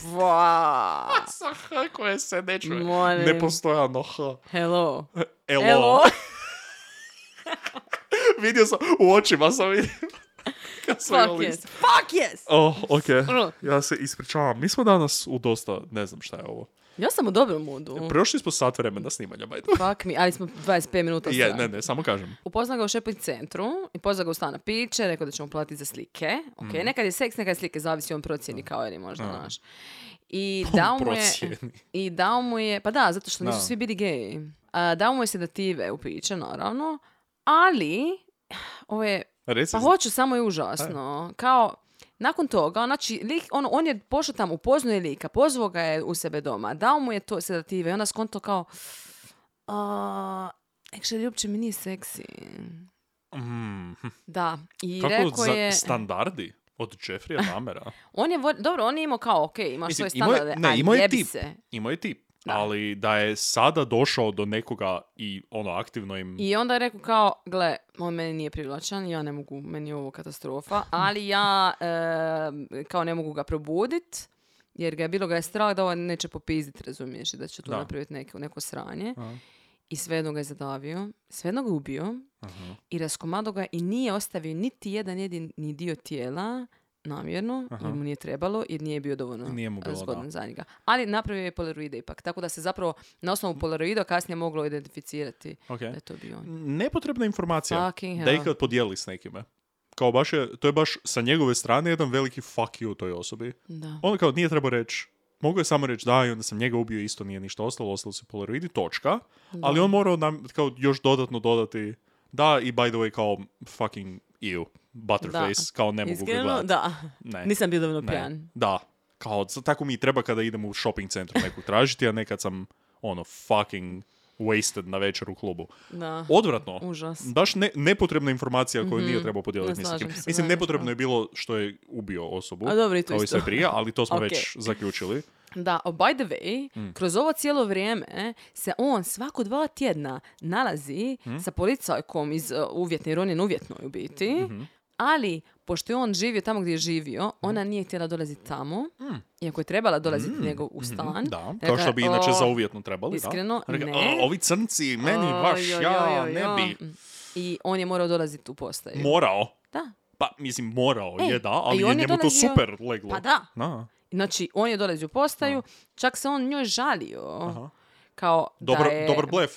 [SPEAKER 5] Vaa.
[SPEAKER 4] Sa H koje se ne čuje.
[SPEAKER 5] Molim.
[SPEAKER 4] Nepostojano H.
[SPEAKER 5] Hello.
[SPEAKER 4] Elo.
[SPEAKER 5] Hello.
[SPEAKER 4] vidio sam, u očima sam vidio. Kad smo
[SPEAKER 5] Fuck
[SPEAKER 4] imali
[SPEAKER 5] yes.
[SPEAKER 4] isti-
[SPEAKER 5] Fuck yes.
[SPEAKER 4] Oh, ok.
[SPEAKER 5] Mm.
[SPEAKER 4] Ja se ispričavam. Mi smo danas u dosta, ne znam šta je ovo.
[SPEAKER 5] Ja sam u dobrom moodu.
[SPEAKER 4] Prošli smo sat vremena snimanja, by the way.
[SPEAKER 5] Fuck mi, ali smo 25 minuta
[SPEAKER 4] Je,
[SPEAKER 5] sada.
[SPEAKER 4] ne, ne, samo kažem.
[SPEAKER 5] Upoznao ga u shopping centru i pozvao ga u stan na piće, rekao da ćemo platiti za slike. Ok,
[SPEAKER 4] Mhm.
[SPEAKER 5] nekad je seks, nekad je slike, zavisi on procjeni kao jer je možda naš. I dao mu je...
[SPEAKER 4] Procjeni.
[SPEAKER 5] I dao mu je... Pa da, zato što nisu
[SPEAKER 4] Da.
[SPEAKER 5] svi bili geji. A, dao mu je sedative u piće, naravno. Ali... Ovo je
[SPEAKER 4] Reci,
[SPEAKER 5] Pa hoću, samo je užasno. Kao, nakon toga, znači, lik, on, on je pošao tam, upoznao je lika, pozvao ga je u sebe doma, dao mu je to sedative i onda skonto kao, a, actually, uopće mi nije seksi.
[SPEAKER 4] Mm,
[SPEAKER 5] Da, i
[SPEAKER 4] kako
[SPEAKER 5] rekao
[SPEAKER 4] za
[SPEAKER 5] je...
[SPEAKER 4] standardi od Jeffrey'a Namera?
[SPEAKER 5] On je, vo- dobro, on je imao kao, ok, imaš svoje standarde,
[SPEAKER 4] imao je,
[SPEAKER 5] ali
[SPEAKER 4] ne, imao je
[SPEAKER 5] jebi
[SPEAKER 4] tip.
[SPEAKER 5] se.
[SPEAKER 4] Imao je tip. Ali da je sada došao do nekoga i ono aktivno im...
[SPEAKER 5] I onda je rekao kao, gle, on meni nije privlačan, ja ne mogu, meni je ovo katastrofa, ali ja e, kao ne mogu ga probudit, jer ga je bilo ga je strah da ovo neće popizdit, razumiješ, i da će tu
[SPEAKER 4] Da.
[SPEAKER 5] napraviti neko, neko sranje. I svejedno ga je zadavio, svejedno ga je ubio i raskomado ga i nije ostavio niti jedan jedini dio tijela namjerno, jer mu nije trebalo, jer nije bio dovoljno
[SPEAKER 4] Nije mu bilo, da.
[SPEAKER 5] zgodan za njega. Ali napravio je polaroide ipak, tako da se zapravo na osnovu polaroida kasnije moglo identificirati
[SPEAKER 4] Ok.
[SPEAKER 5] da je to bio on.
[SPEAKER 4] Nepotrebna informacija.
[SPEAKER 5] Fucking
[SPEAKER 4] Da
[SPEAKER 5] hell.
[SPEAKER 4] ikad podijeli s nekime. Kao baš je, to je baš sa njegove strane jedan veliki fuck you toj osobi.
[SPEAKER 5] Da.
[SPEAKER 4] On Ono kao nije trebao reći, mogu je samo reći da i onda sam njega ubio isto nije ništa ostalo, ostalo su polaroidi, točka. Ali on morao nam kao još dodatno dodati da i by the way kao fucking ew, butterface, kao ne mogu ga
[SPEAKER 5] Iskreno,
[SPEAKER 4] gledati.
[SPEAKER 5] da.
[SPEAKER 4] Ne.
[SPEAKER 5] Nisam bio dovoljno
[SPEAKER 4] Ne.
[SPEAKER 5] pijan.
[SPEAKER 4] Da. kao, za- tako mi i treba kada idem u shopping centru neku tražiti, a nekad sam, ono, fucking wasted na večer u klubu.
[SPEAKER 5] Da.
[SPEAKER 4] Odvratno.
[SPEAKER 5] Užas. Mhm.
[SPEAKER 4] Baš ne, nepotrebna informacija koju nije trebao
[SPEAKER 5] Ne
[SPEAKER 4] podijeliti ni sa kim.
[SPEAKER 5] slažem se,
[SPEAKER 4] Mislim,
[SPEAKER 5] da, da,
[SPEAKER 4] nepotrebno je bilo što je ubio osobu,
[SPEAKER 5] A dobro, i to
[SPEAKER 4] kao i
[SPEAKER 5] isto.
[SPEAKER 4] sve prije, ali to smo
[SPEAKER 5] Ok.
[SPEAKER 4] već zaključili.
[SPEAKER 5] Da, a by the way,
[SPEAKER 4] Mm.
[SPEAKER 5] kroz ovo cijelo vrijeme se on svako dva tjedna nalazi
[SPEAKER 4] Mm.
[SPEAKER 5] sa policajkom iz uh, uvjetne, jer on je uvjetno u biti,
[SPEAKER 4] Mhm.
[SPEAKER 5] ali pošto je on živio tamo gdje je živio, ona nije htjela dolaziti tamo, iako je trebala dolaziti njegov u stan.
[SPEAKER 4] Mm. Mhm. Da,
[SPEAKER 5] Rekla
[SPEAKER 4] kao
[SPEAKER 5] je,
[SPEAKER 4] što bi inače
[SPEAKER 5] Dakle, "O,
[SPEAKER 4] za uvjetno trebali.
[SPEAKER 5] iskreno,
[SPEAKER 4] da. Rekao,
[SPEAKER 5] ne.
[SPEAKER 4] "A, Ovi crnci, meni
[SPEAKER 5] o,
[SPEAKER 4] baš,
[SPEAKER 5] jo,
[SPEAKER 4] ja
[SPEAKER 5] jo, jo,
[SPEAKER 4] ne
[SPEAKER 5] jo."
[SPEAKER 4] bi.
[SPEAKER 5] I on je morao dolaziti u postaju.
[SPEAKER 4] Morao.
[SPEAKER 5] da.
[SPEAKER 4] Pa, mislim, morao
[SPEAKER 5] E,
[SPEAKER 4] je, da,
[SPEAKER 5] a
[SPEAKER 4] ali
[SPEAKER 5] i
[SPEAKER 4] je
[SPEAKER 5] on je
[SPEAKER 4] njemu to
[SPEAKER 5] dolazio-
[SPEAKER 4] super leglo.
[SPEAKER 5] Pa da.
[SPEAKER 4] Na.
[SPEAKER 5] Znači, on je dolazio u postaju, čak se on njoj žalio. Kao
[SPEAKER 4] Dobar,
[SPEAKER 5] da je,
[SPEAKER 4] dobar blef.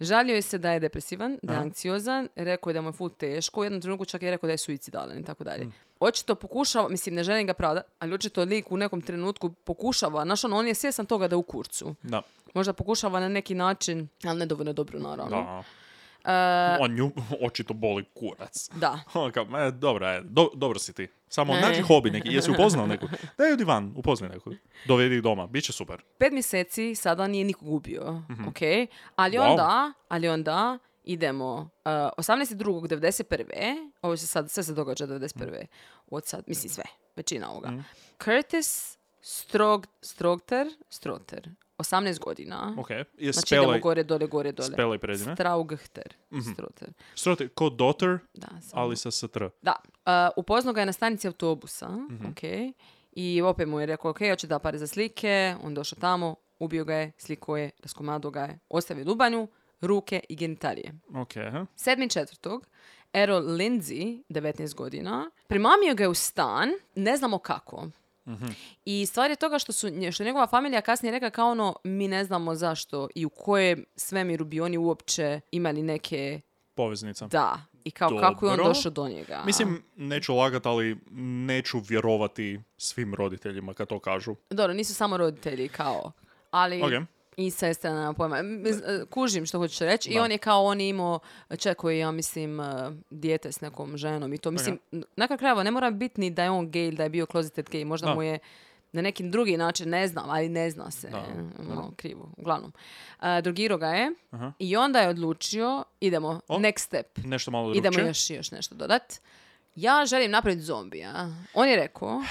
[SPEAKER 5] Žalio je se da je depresivan, da je anksiozan, rekao je da mu je ful teško, u jednom trenutku čak je rekao da je suicidalan i tako dalje. Očito pokušava, mislim ne želim ga pravda, ali očito lik u nekom trenutku pokušava, znaš ono, on je svjestan toga da je u kurcu.
[SPEAKER 4] Da.
[SPEAKER 5] Možda pokušava na neki način, ali nedovoljno dobro naravno.
[SPEAKER 4] da.
[SPEAKER 5] Uh,
[SPEAKER 4] On nju očito boli kurac.
[SPEAKER 5] Da.
[SPEAKER 4] Ono kao, "Ma, dobro, je, do- dobro si ti. Samo
[SPEAKER 5] Ne.
[SPEAKER 4] nađi hobi neki. Jesi upoznao neku? Daj odi van, upoznaj neku. Dovedi ih doma, bit će super.
[SPEAKER 5] Pet mjeseci sada nije nikog ubio, ok? Ali
[SPEAKER 4] Mhm. Wow.
[SPEAKER 5] onda, ali onda idemo uh, 18.2.91. Ovo se sad, sve se događa 91.
[SPEAKER 4] Mhm.
[SPEAKER 5] Od sad, mislim sve, većina ovoga. Curtis Strog, Strogter, Stroter, 18 godina.
[SPEAKER 4] Ok, je
[SPEAKER 5] Znači
[SPEAKER 4] spelaj,
[SPEAKER 5] idemo gore, dole, gore, dole.
[SPEAKER 4] spelaj prezime. Mhm.
[SPEAKER 5] Straugter, Stroter.
[SPEAKER 4] Srote, ko daughter,
[SPEAKER 5] Da, samo-
[SPEAKER 4] ali sa str.
[SPEAKER 5] da, uh, upoznao ga je na stanici autobusa,
[SPEAKER 4] Mhm.
[SPEAKER 5] ok, i opet mu je rekao, ok, hoće da pare za slike, on došao tamo, ubio ga je, sliko je, raskomadao ga je, ostavio dubanju, ruke i genitalije.
[SPEAKER 4] Ok, aha.
[SPEAKER 5] 7.4. Errol Lindsay, 19 godina, primamio ga je u stan, ne znamo kako.
[SPEAKER 4] Mhm.
[SPEAKER 5] I stvar je toga što, su, nje- što je njegova familija kasnije rekla kao ono, mi ne znamo zašto i u kojem svemiru bi oni uopće imali neke
[SPEAKER 4] poveznica.
[SPEAKER 5] da. I kao kako je on
[SPEAKER 4] Dobro.
[SPEAKER 5] došao do njega.
[SPEAKER 4] Mislim, neću lagat, ali neću vjerovati svim roditeljima kad to kažu.
[SPEAKER 5] Dobro, nisu samo roditelji kao, ali
[SPEAKER 4] Ok.
[SPEAKER 5] i sestra, nema pojma. M- z- e, Kužim što hoćeš reći. I on je kao, on je imao, čekao je, ja mislim, eh, dijete s nekom ženom i to. Mislim, n- na kraju krajeva ne mora biti ni da je on gay ili da je bio closeted gay. Možda
[SPEAKER 4] Da.
[SPEAKER 5] mu je na neki drugi način, ne znam, ali ne zna se.
[SPEAKER 4] Da,
[SPEAKER 5] Malo krivo, uglavnom. Eh, drogirao ga je
[SPEAKER 4] Aha.
[SPEAKER 5] i onda je odlučio, idemo,
[SPEAKER 4] O.
[SPEAKER 5] next step.
[SPEAKER 4] Nešto malo drugče.
[SPEAKER 5] Idemo još, još nešto dodat. Ja želim napraviti zombija. On je rekao,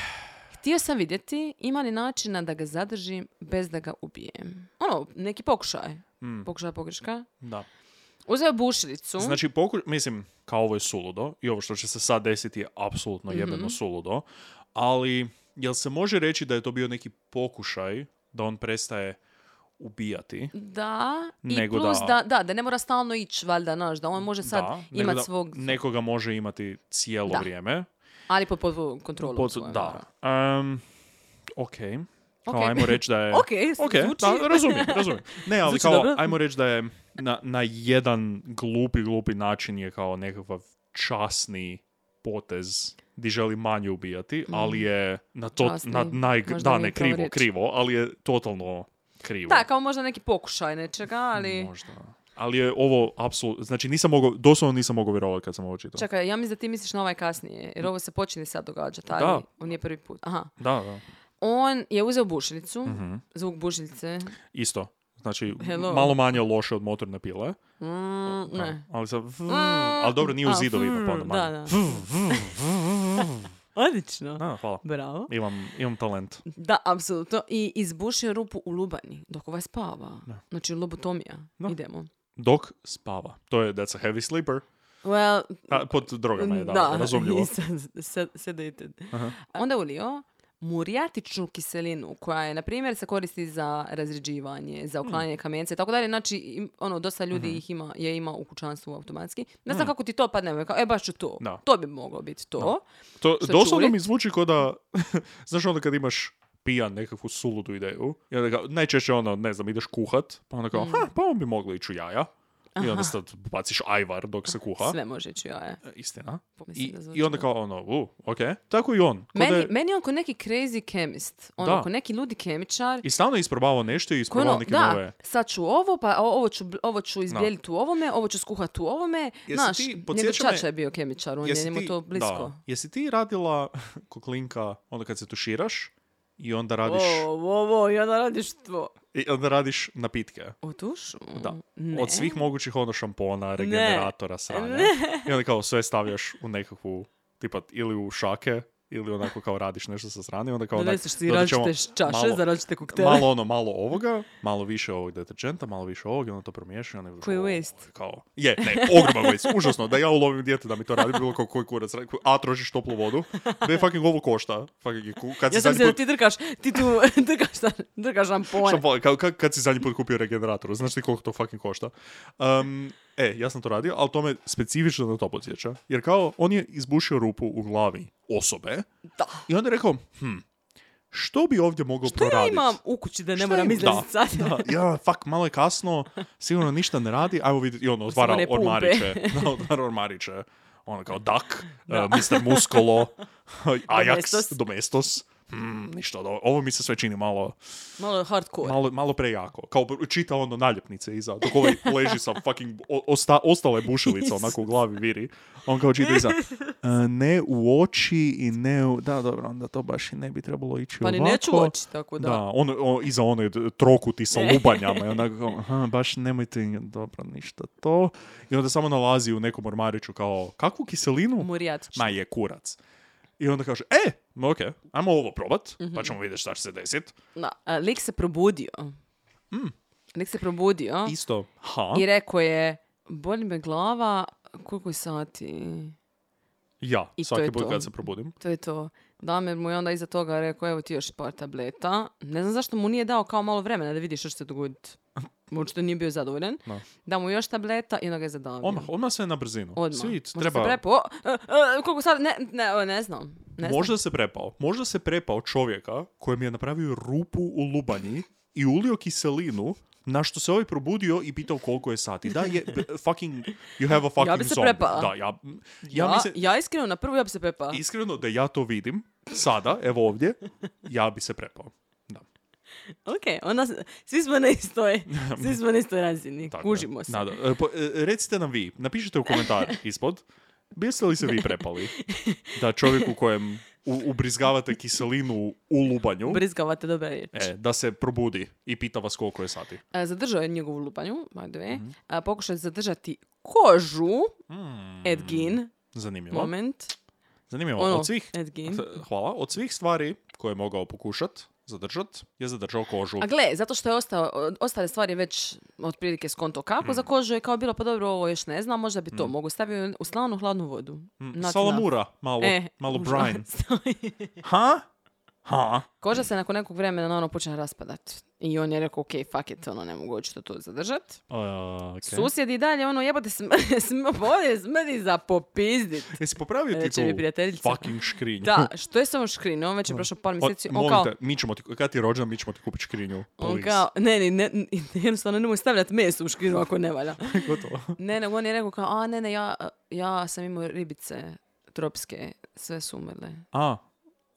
[SPEAKER 5] htio sam vidjeti ima li načina da ga zadržim bez da ga ubijem. Ono, neki pokušaj.
[SPEAKER 4] Hmm.
[SPEAKER 5] Pokušaj pogreška.
[SPEAKER 4] Da.
[SPEAKER 5] Uzeo je bušilicu.
[SPEAKER 4] Znači, poku... mislim, kao ovo je suludo i ovo što će se sad desiti je apsolutno
[SPEAKER 5] Mhm.
[SPEAKER 4] jebeno suludo, ali jel se može reći da je to bio neki pokušaj da on prestaje ubijati?
[SPEAKER 5] da, i
[SPEAKER 4] Nego
[SPEAKER 5] plus
[SPEAKER 4] da-
[SPEAKER 5] da. Da, da ne mora stalno ići, valjda, znaš, da on može sad
[SPEAKER 4] da, nego
[SPEAKER 5] imat
[SPEAKER 4] da
[SPEAKER 5] svog,
[SPEAKER 4] Nekoga može imati cijelo
[SPEAKER 5] Da.
[SPEAKER 4] vrijeme.
[SPEAKER 5] ali pod, pod kontrolom.
[SPEAKER 4] Pod-
[SPEAKER 5] svojom,
[SPEAKER 4] da. Um, ok. Kao
[SPEAKER 5] Ok.
[SPEAKER 4] ajmo reći da je...
[SPEAKER 5] Ok,
[SPEAKER 4] E. Ok,
[SPEAKER 5] zvuči-
[SPEAKER 4] da, razumijem, razumijem. Ne, ali
[SPEAKER 5] Zvuči
[SPEAKER 4] kao,
[SPEAKER 5] dobro.
[SPEAKER 4] ajmo reći da je na, na jedan glupi, glupi način je kao nekakav časni potez di želi manje ubijati, ali je na to,
[SPEAKER 5] Mhm. Časni,
[SPEAKER 4] na, naj,
[SPEAKER 5] možda
[SPEAKER 4] da,
[SPEAKER 5] nije
[SPEAKER 4] ne,
[SPEAKER 5] prava
[SPEAKER 4] krivo,
[SPEAKER 5] riječ.
[SPEAKER 4] krivo, ali je totalno krivo.
[SPEAKER 5] Da, kao možda neki pokušaj nečega, ali...
[SPEAKER 4] Možda. Ali je ovo apsolutno, znači nisam mogao, doslovno nisam mogao vjerovati kad sam ovo čitao.
[SPEAKER 5] Čekaj, ja mislim da ti misliš na ovaj kasnije, jer ovo se počinje sad događati, ali
[SPEAKER 4] Da.
[SPEAKER 5] on je prvi put. Aha.
[SPEAKER 4] Da, da,
[SPEAKER 5] On je uzeo bušilicu, zvuk bušilice.
[SPEAKER 4] isto. Znači,
[SPEAKER 5] Hello.
[SPEAKER 4] malo manje loše od motorne pile.
[SPEAKER 5] Mm,
[SPEAKER 4] Da,
[SPEAKER 5] ne.
[SPEAKER 4] Ali, sam, ali dobro, nije u
[SPEAKER 5] A,
[SPEAKER 4] zidovima,
[SPEAKER 5] mm,
[SPEAKER 4] pa onda manje.
[SPEAKER 5] Da, da. Odlično.
[SPEAKER 4] Da, hvala.
[SPEAKER 5] Bravo.
[SPEAKER 4] Imam, imam talent.
[SPEAKER 5] Da, apsolutno. I izbušio rupu u lubanji, dok ovaj spava. Znači, lobotomija. Idemo.
[SPEAKER 4] Dok spava. To je, that's a heavy sleeper.
[SPEAKER 5] Well,
[SPEAKER 4] A, pod drogama je, da, razumljivo.
[SPEAKER 5] nisam sed- sedated. Onda je ulio murijatičnu kiselinu koja je, na primjer, se koristi za razređivanje, za
[SPEAKER 4] Hmm.
[SPEAKER 5] uklanjanje kamenca i tako dalje. Znači, im- ono, dosta ljudi
[SPEAKER 4] Mhm.
[SPEAKER 5] ih ima, je ima u kućanstvu automatski. Ne znam kako ti to padne, kao, e, baš ću to.
[SPEAKER 4] Hmm. Da.
[SPEAKER 5] To bi moglo biti to.
[SPEAKER 4] To,
[SPEAKER 5] Što
[SPEAKER 4] doslovno
[SPEAKER 5] čuli?
[SPEAKER 4] mi zvuči kao da, znaš onda kad imaš pijan nekakvu
[SPEAKER 5] Mm.
[SPEAKER 4] suludu ideju, i onda kao, najčešće ono, ne znam, ideš kuhat, pa onda kao, ha, pa on bi mogli ići u jaja. I onda sad baciš ajvar dok se kuha.
[SPEAKER 5] Sve može ići, ja, je.
[SPEAKER 4] E, Istina.
[SPEAKER 5] Mislim
[SPEAKER 4] I,
[SPEAKER 5] da zvuči
[SPEAKER 4] I onda
[SPEAKER 5] dobro.
[SPEAKER 4] kao ono, u, ok. Tako i on. Ko da
[SPEAKER 5] Meni,
[SPEAKER 4] je-
[SPEAKER 5] meni je on ko neki crazy chemist. On
[SPEAKER 4] Da.
[SPEAKER 5] ko neki ludi kemičar.
[SPEAKER 4] I stalno je isprobavao nešto
[SPEAKER 5] Ko
[SPEAKER 4] i
[SPEAKER 5] ono,
[SPEAKER 4] isprobavao neke
[SPEAKER 5] da,
[SPEAKER 4] nove.
[SPEAKER 5] sad ću ovo, pa o- ovo ću, bl- ovo ću izbijeliti u ovome, ovo ću skuhati u ovome.
[SPEAKER 4] Jesi
[SPEAKER 5] Znaš,
[SPEAKER 4] ti-
[SPEAKER 5] njegov
[SPEAKER 4] podsjeća me-
[SPEAKER 5] ćaća je bio kemičar, on je njemu to blisko.
[SPEAKER 4] Da. Jesi ti radila koklinka onda kad se tuširaš i onda radiš,
[SPEAKER 5] Ovo, ovo, i onda radiš to.
[SPEAKER 4] i onda radiš napitke?
[SPEAKER 5] U dušu?
[SPEAKER 4] Da.
[SPEAKER 5] Ne.
[SPEAKER 4] Od svih mogućih ono šampona, regeneratora, sranja. I onda kao sve stavljaš u nekakvu, tipa ili u šake, ili onako kao radiš nešto sa strane, i onda kao... onak,
[SPEAKER 5] Doneseš si
[SPEAKER 4] dodat ćemo
[SPEAKER 5] različite š- čaše
[SPEAKER 4] malo-
[SPEAKER 5] za različite koktele.
[SPEAKER 4] Malo ono, malo ovoga, malo više ovog deterdženta, malo više ovog, i onda to promiješa. i onda-
[SPEAKER 5] Koji
[SPEAKER 4] o,
[SPEAKER 5] waste.
[SPEAKER 4] Kao, je, ne, ogroman waste, užasno, da ja ulovim dijete da mi to radi, bilo kao koji kurac, radi, a trošiš toplu vodu, da je fucking ovo košta. Fucking, je ku- kad si
[SPEAKER 5] Ja sam
[SPEAKER 4] zadnji
[SPEAKER 5] se da
[SPEAKER 4] put-
[SPEAKER 5] ti drkaš, ti tu drkaš, ta- drkaš šampone.
[SPEAKER 4] Šampon, kao, ka- kad si zadnji put kupio regenerator, znaš ti koliko to fucking košta. Um, e, ja sam to radio, ali to me specifično na to podsjeća. Jer kao, on je izbušio rupu u glavi osobe
[SPEAKER 5] Da.
[SPEAKER 4] i onda je rekao, hm, što bi ovdje mogao
[SPEAKER 5] To ja
[SPEAKER 4] proraditi?
[SPEAKER 5] imam u kući da ne
[SPEAKER 4] Šta
[SPEAKER 5] moram
[SPEAKER 4] im-
[SPEAKER 5] izlaziti
[SPEAKER 4] da,
[SPEAKER 5] sad.
[SPEAKER 4] da, ja, fuck, malo je kasno, sigurno ništa ne radi, ajmo vidjeti, i ono, otvara
[SPEAKER 5] one pumpe.
[SPEAKER 4] ormariće, da, otvara ormariće, ono kao Duck, eh, Mr. Muscolo,
[SPEAKER 5] Domestos.
[SPEAKER 4] Ajax, Domestos, Hmm, ništa, od ovo- ovo mi se sve čini malo,
[SPEAKER 5] Malo hardcore.
[SPEAKER 4] malo, malo prejako. Kao čita ono naljepnice iza, dok ovaj leži sa fucking o- osta, ostale bušilice onako u glavi viri. On kao čita iza, "E, ne u oči i ne u... Da, dobro, onda to baš i ne bi trebalo ići
[SPEAKER 5] Pa ni
[SPEAKER 4] ovako.
[SPEAKER 5] neću oči, tako da.
[SPEAKER 4] Da, on, o, iza one d- trokuti sa lubanjama i onako, kao, aha, baš nemojte, dobro, ništa to. I onda samo nalazi u nekom ormariću kao, kakvu kiselinu?
[SPEAKER 5] Murijatić.
[SPEAKER 4] Ma je kurac. I onda kaže, e, ma okej, ajmo ovo probat,
[SPEAKER 5] Mhm.
[SPEAKER 4] pa ćemo vidjeti šta će se desiti.
[SPEAKER 5] Da. A, Lik se probudio.
[SPEAKER 4] Mm.
[SPEAKER 5] Lik se probudio
[SPEAKER 4] Isto, ha.
[SPEAKER 5] i rekao je, boli me glava, koliko je sati?
[SPEAKER 4] Ja,
[SPEAKER 5] I to je
[SPEAKER 4] svaki put
[SPEAKER 5] to.
[SPEAKER 4] kad se probudim.
[SPEAKER 5] To je to. Damir mu je onda iza toga rekao, evo ti još par tableta. Ne znam zašto mu nije dao kao malo vremena da vidi što će se dogoditi. Očito nije bio zadovoljan.
[SPEAKER 4] Da.
[SPEAKER 5] Da mu još tableta i onda ga je zadavio.
[SPEAKER 4] Odmah, odmah sve na brzinu.
[SPEAKER 5] Odmah.
[SPEAKER 4] Svi
[SPEAKER 5] Možda
[SPEAKER 4] treba...
[SPEAKER 5] se prepo... O, e, e, koliko sad... Ne, ne, o, ne znam. Ne znam.
[SPEAKER 4] Možda se prepao. Možda se prepao čovjeka kojem je napravio rupu u lubanji i ulio kiselinu na što se ovaj probudio i pitao koliko je sati. Da, je, b- fucking, you have a fucking
[SPEAKER 5] Ja bi se
[SPEAKER 4] zombie.
[SPEAKER 5] prepala.
[SPEAKER 4] Da, ja, ja,
[SPEAKER 5] Ja,
[SPEAKER 4] mislim,
[SPEAKER 5] ja iskreno na prvu ja bi se pepa.
[SPEAKER 4] iskreno da ja to vidim, sada, evo ovdje, ja bi se prepao. Da,
[SPEAKER 5] Ok, onda s- svi smo na istoj, svi smo na istoj razini.
[SPEAKER 4] tako je.
[SPEAKER 5] Kužimo se.
[SPEAKER 4] Nada, e, po- e, recite nam vi, napišite u komentar ispod, biste li se vi prepali da čovjeku kojem u- ubrizgavate kiselinu u lubanju,
[SPEAKER 5] Brizgavate dobra riječ.
[SPEAKER 4] e, da se probudi i pita vas koliko je sati.
[SPEAKER 5] E, Zadržao je njegovu lupanju, by the way.
[SPEAKER 4] Mhm.
[SPEAKER 5] E, Pokušao je zadržati kožu.
[SPEAKER 4] Hmm.
[SPEAKER 5] Ed Gein,
[SPEAKER 4] Zanimljivo.
[SPEAKER 5] moment.
[SPEAKER 4] Zanimljivo.
[SPEAKER 5] Ono,
[SPEAKER 4] od svih,
[SPEAKER 5] Ed Gein.
[SPEAKER 4] hvala, od svih stvari koje je mogao pokušat zadržat, je zadržao kožu.
[SPEAKER 5] A gle, zato što je ostao, o- ostale stvari već otprilike skonto
[SPEAKER 4] Hmm.
[SPEAKER 5] kako za kožu je kao bilo, pa dobro, ovo još ne znam, možda bi to mogu stavio u slanu hladnu vodu.
[SPEAKER 4] Hmm.
[SPEAKER 5] Not enough.
[SPEAKER 4] Hm, Salamura, malo,
[SPEAKER 5] E,
[SPEAKER 4] malo
[SPEAKER 5] užasno.
[SPEAKER 4] brine. Ha? Ha?
[SPEAKER 5] Koža se nakon nekog vremena ono počne raspadati. I on je rekao, ok, fuck it, ono, ne mogu očito to zadržati.
[SPEAKER 4] E, okej.
[SPEAKER 5] Susjed i dalje, ono, jebate, sm sm bolje smrdi za popizdit.
[SPEAKER 4] Jesi popravio ti
[SPEAKER 5] Reče mi prijateljica.
[SPEAKER 4] tu fucking škrinju?
[SPEAKER 5] Da, što je sa ovom škrinom? On već je prošao par
[SPEAKER 4] O,
[SPEAKER 5] mjeseci. On
[SPEAKER 4] molim
[SPEAKER 5] kao,
[SPEAKER 4] te, mi ćemo ti, kad ti je rođendan, mi ćemo ti kupiti škrinju.
[SPEAKER 5] on
[SPEAKER 4] please.
[SPEAKER 5] kao, ne, ne, ne, ne, jednostavno nemoj stavljati meso u škrinu ako ne valja.
[SPEAKER 4] Gotovo.
[SPEAKER 5] Ne, nego on je rekao kao, a ne, ne, ja, ja sam imao ribice tropske, sve su umrle.
[SPEAKER 4] A,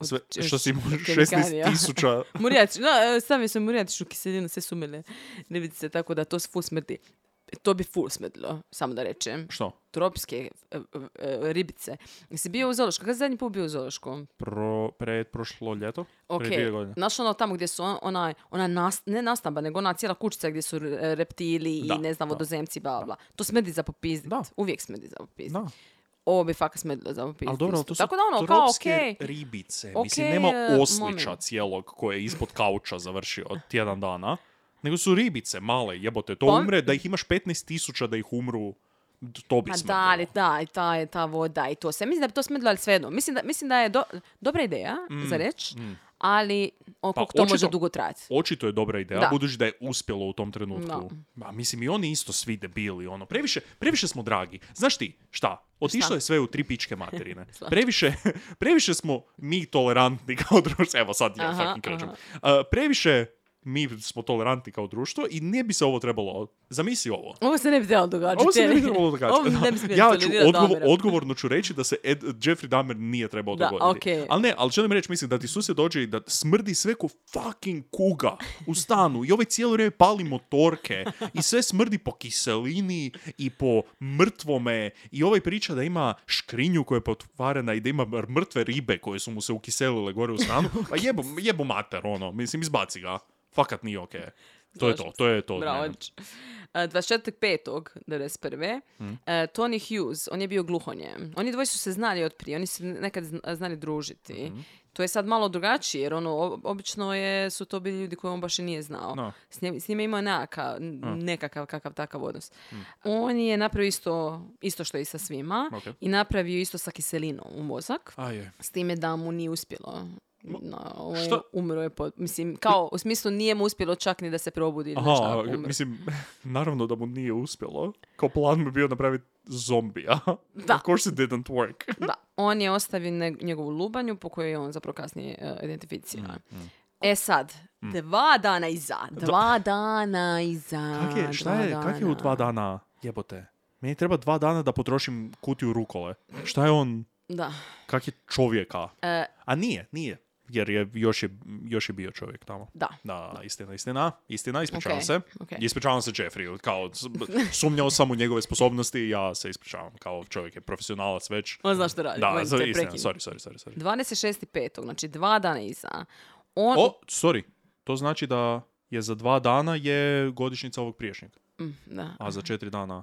[SPEAKER 4] sve,
[SPEAKER 5] Od-
[SPEAKER 4] što si imao
[SPEAKER 5] od
[SPEAKER 4] 16
[SPEAKER 5] kemikalija.
[SPEAKER 4] tisuća
[SPEAKER 5] Murjač, da, e, stavio sam murjaču kiselinu, sve su umrle ribice, tako da to s- ful smrdi. To bi ful smrdilo, samo da rečem.
[SPEAKER 4] Što?
[SPEAKER 5] Tropske e, e, e, ribice. Jesi bio u Zološkom? Kada zadnji put bio u Zološkom?
[SPEAKER 4] Pro, pred prošlo ljeto?
[SPEAKER 5] Ok,
[SPEAKER 4] Pred dvije godine.
[SPEAKER 5] znaš ono tamo gdje su on- onaj, ona nas, ne nastamba, nego ona cijela kućica gdje su e, reptili
[SPEAKER 4] Da,
[SPEAKER 5] i ne znam,
[SPEAKER 4] da.
[SPEAKER 5] vodozemci, bla, bla. To smrdi za popizdit.
[SPEAKER 4] Da.
[SPEAKER 5] Uvijek smrdi za popizdit.
[SPEAKER 4] Da.
[SPEAKER 5] Ovo bi fakat smrdilo za popizdit.
[SPEAKER 4] Ali dobro, ali to su
[SPEAKER 5] Tako da ono, kao,
[SPEAKER 4] tropske
[SPEAKER 5] okej.
[SPEAKER 4] ribice.
[SPEAKER 5] Okej,
[SPEAKER 4] Mislim, nema
[SPEAKER 5] e,
[SPEAKER 4] oslića
[SPEAKER 5] moment.
[SPEAKER 4] cijelog koje je ispod kauča završio od tjedan dana. Nego su ribice male, jebote. To
[SPEAKER 5] Pa-
[SPEAKER 4] umre, da ih imaš 15 tisuća da ih umru, d- to bi
[SPEAKER 5] Pa
[SPEAKER 4] smrdilo.
[SPEAKER 5] da, ali da, i ta, i ta voda i to sve. Mislim da bi to smrdilo, ali svejedno. Mislim da, mislim da je do- dobra ideja za reći, ali o,
[SPEAKER 4] Mm, Pa,
[SPEAKER 5] koliko to može
[SPEAKER 4] očito-
[SPEAKER 5] dugo trajati.
[SPEAKER 4] Očito je dobra ideja,
[SPEAKER 5] Da.
[SPEAKER 4] budući da je uspjelo u tom trenutku.
[SPEAKER 5] Da.
[SPEAKER 4] Ma, mislim, i oni isto svi debili, ono. Previše, previše smo dragi. Znaš ti, šta? Otišlo
[SPEAKER 5] Šta?
[SPEAKER 4] je sve u tri pičke materine. Previše, previše smo mi tolerantni kao društvo. Evo sad ja
[SPEAKER 5] Aha,
[SPEAKER 4] fucking krećem.
[SPEAKER 5] aha.
[SPEAKER 4] A, previše mi smo tolerantni kao društvo i ne bi se ovo trebalo, zamisli ovo.
[SPEAKER 5] Ovo se ne bi trebalo događati.
[SPEAKER 4] Ovo se ne bi
[SPEAKER 5] je.
[SPEAKER 4] trebalo događati.
[SPEAKER 5] Ovo ne bi smjeli
[SPEAKER 4] ja ću
[SPEAKER 5] tolerirati
[SPEAKER 4] odgovor-
[SPEAKER 5] Damira.
[SPEAKER 4] odgovorno ću reći da se Ed, Jeffrey Dahmer nije trebao
[SPEAKER 5] Da,
[SPEAKER 4] dogoditi.
[SPEAKER 5] okej.
[SPEAKER 4] Ali ne, ali želim reći, mislim, da ti susjed dođe i da smrdi sve ko fucking kuga u stanu i ovaj cijelo vrijeme pali motorke i sve smrdi po kiselini i po mrtvome i ovaj priča da ima škrinju koja je potvarena i da ima mr- mrtve ribe koje su mu se ukiselile gore u stanu. Pa jebo, jebo mater, ono, mislim, izbaci ga. Fakat nije okej. To je to, to je to. od
[SPEAKER 5] Bravo.
[SPEAKER 4] mene.
[SPEAKER 5] Č- E, 24.5.91. Mm. Tony Hughes, on je bio gluhonjem. Oni dvoje su se znali od prije, oni su se nekad zna- znali družiti.
[SPEAKER 4] Mhm.
[SPEAKER 5] To je sad malo drugačije, jer ono, o- obično je, su to bili ljudi koje on baš i nije znao.
[SPEAKER 4] No.
[SPEAKER 5] S, njim, s njima imao nekakav, nekakav kakav takav odnos.
[SPEAKER 4] Mm.
[SPEAKER 5] On je napravio isto, isto što i sa svima
[SPEAKER 4] Ok.
[SPEAKER 5] i napravio isto sa kiselinom u mozak.
[SPEAKER 4] A je.
[SPEAKER 5] S time da mu nije uspjelo. No, ovo je-
[SPEAKER 4] šta?
[SPEAKER 5] umro je pod... Mislim, kao, u smislu nije mu uspjelo čak ni da se probudi. ili nešto, ako
[SPEAKER 4] Aha,
[SPEAKER 5] umre.
[SPEAKER 4] mislim, naravno da mu nije uspjelo. Kao plan mu je bio napraviti zombija.
[SPEAKER 5] Da.
[SPEAKER 4] Of course it didn't work.
[SPEAKER 5] Da, on je ostavio ne- njegovu lubanju po kojoj je on zapravo kasnije e, identificiran.
[SPEAKER 4] Mm,
[SPEAKER 5] E sad, dva dana iza, dva dana iza,
[SPEAKER 4] Kak je, šta
[SPEAKER 5] dva
[SPEAKER 4] je, kak je u dva dana jebote? Meni treba dva dana da potrošim kutiju rukole. Šta je on,
[SPEAKER 5] Da.
[SPEAKER 4] kak je čovjeka?
[SPEAKER 5] E,
[SPEAKER 4] A nije, nije. Jer je, još, je, još je bio čovjek tamo.
[SPEAKER 5] da.
[SPEAKER 4] Da, istina, istina, istina, ispričavam
[SPEAKER 5] Ok,
[SPEAKER 4] se.
[SPEAKER 5] ok.
[SPEAKER 4] Ispričavam se Jeffrey, kao s- b- sumnjao sam u njegove sposobnosti i ja se ispričavam, kao čovjek je profesionalac već.
[SPEAKER 5] On zna što radi,
[SPEAKER 4] Da,
[SPEAKER 5] on
[SPEAKER 4] za-
[SPEAKER 5] te
[SPEAKER 4] istina,
[SPEAKER 5] prekine.
[SPEAKER 4] sorry, sorry, sorry, sorry.
[SPEAKER 5] 26.5., znači dva dana iza. On,
[SPEAKER 4] O, sorry, to znači da je za dva dana je godišnjica ovog priješnjeg,
[SPEAKER 5] Da,
[SPEAKER 4] a za četiri dana...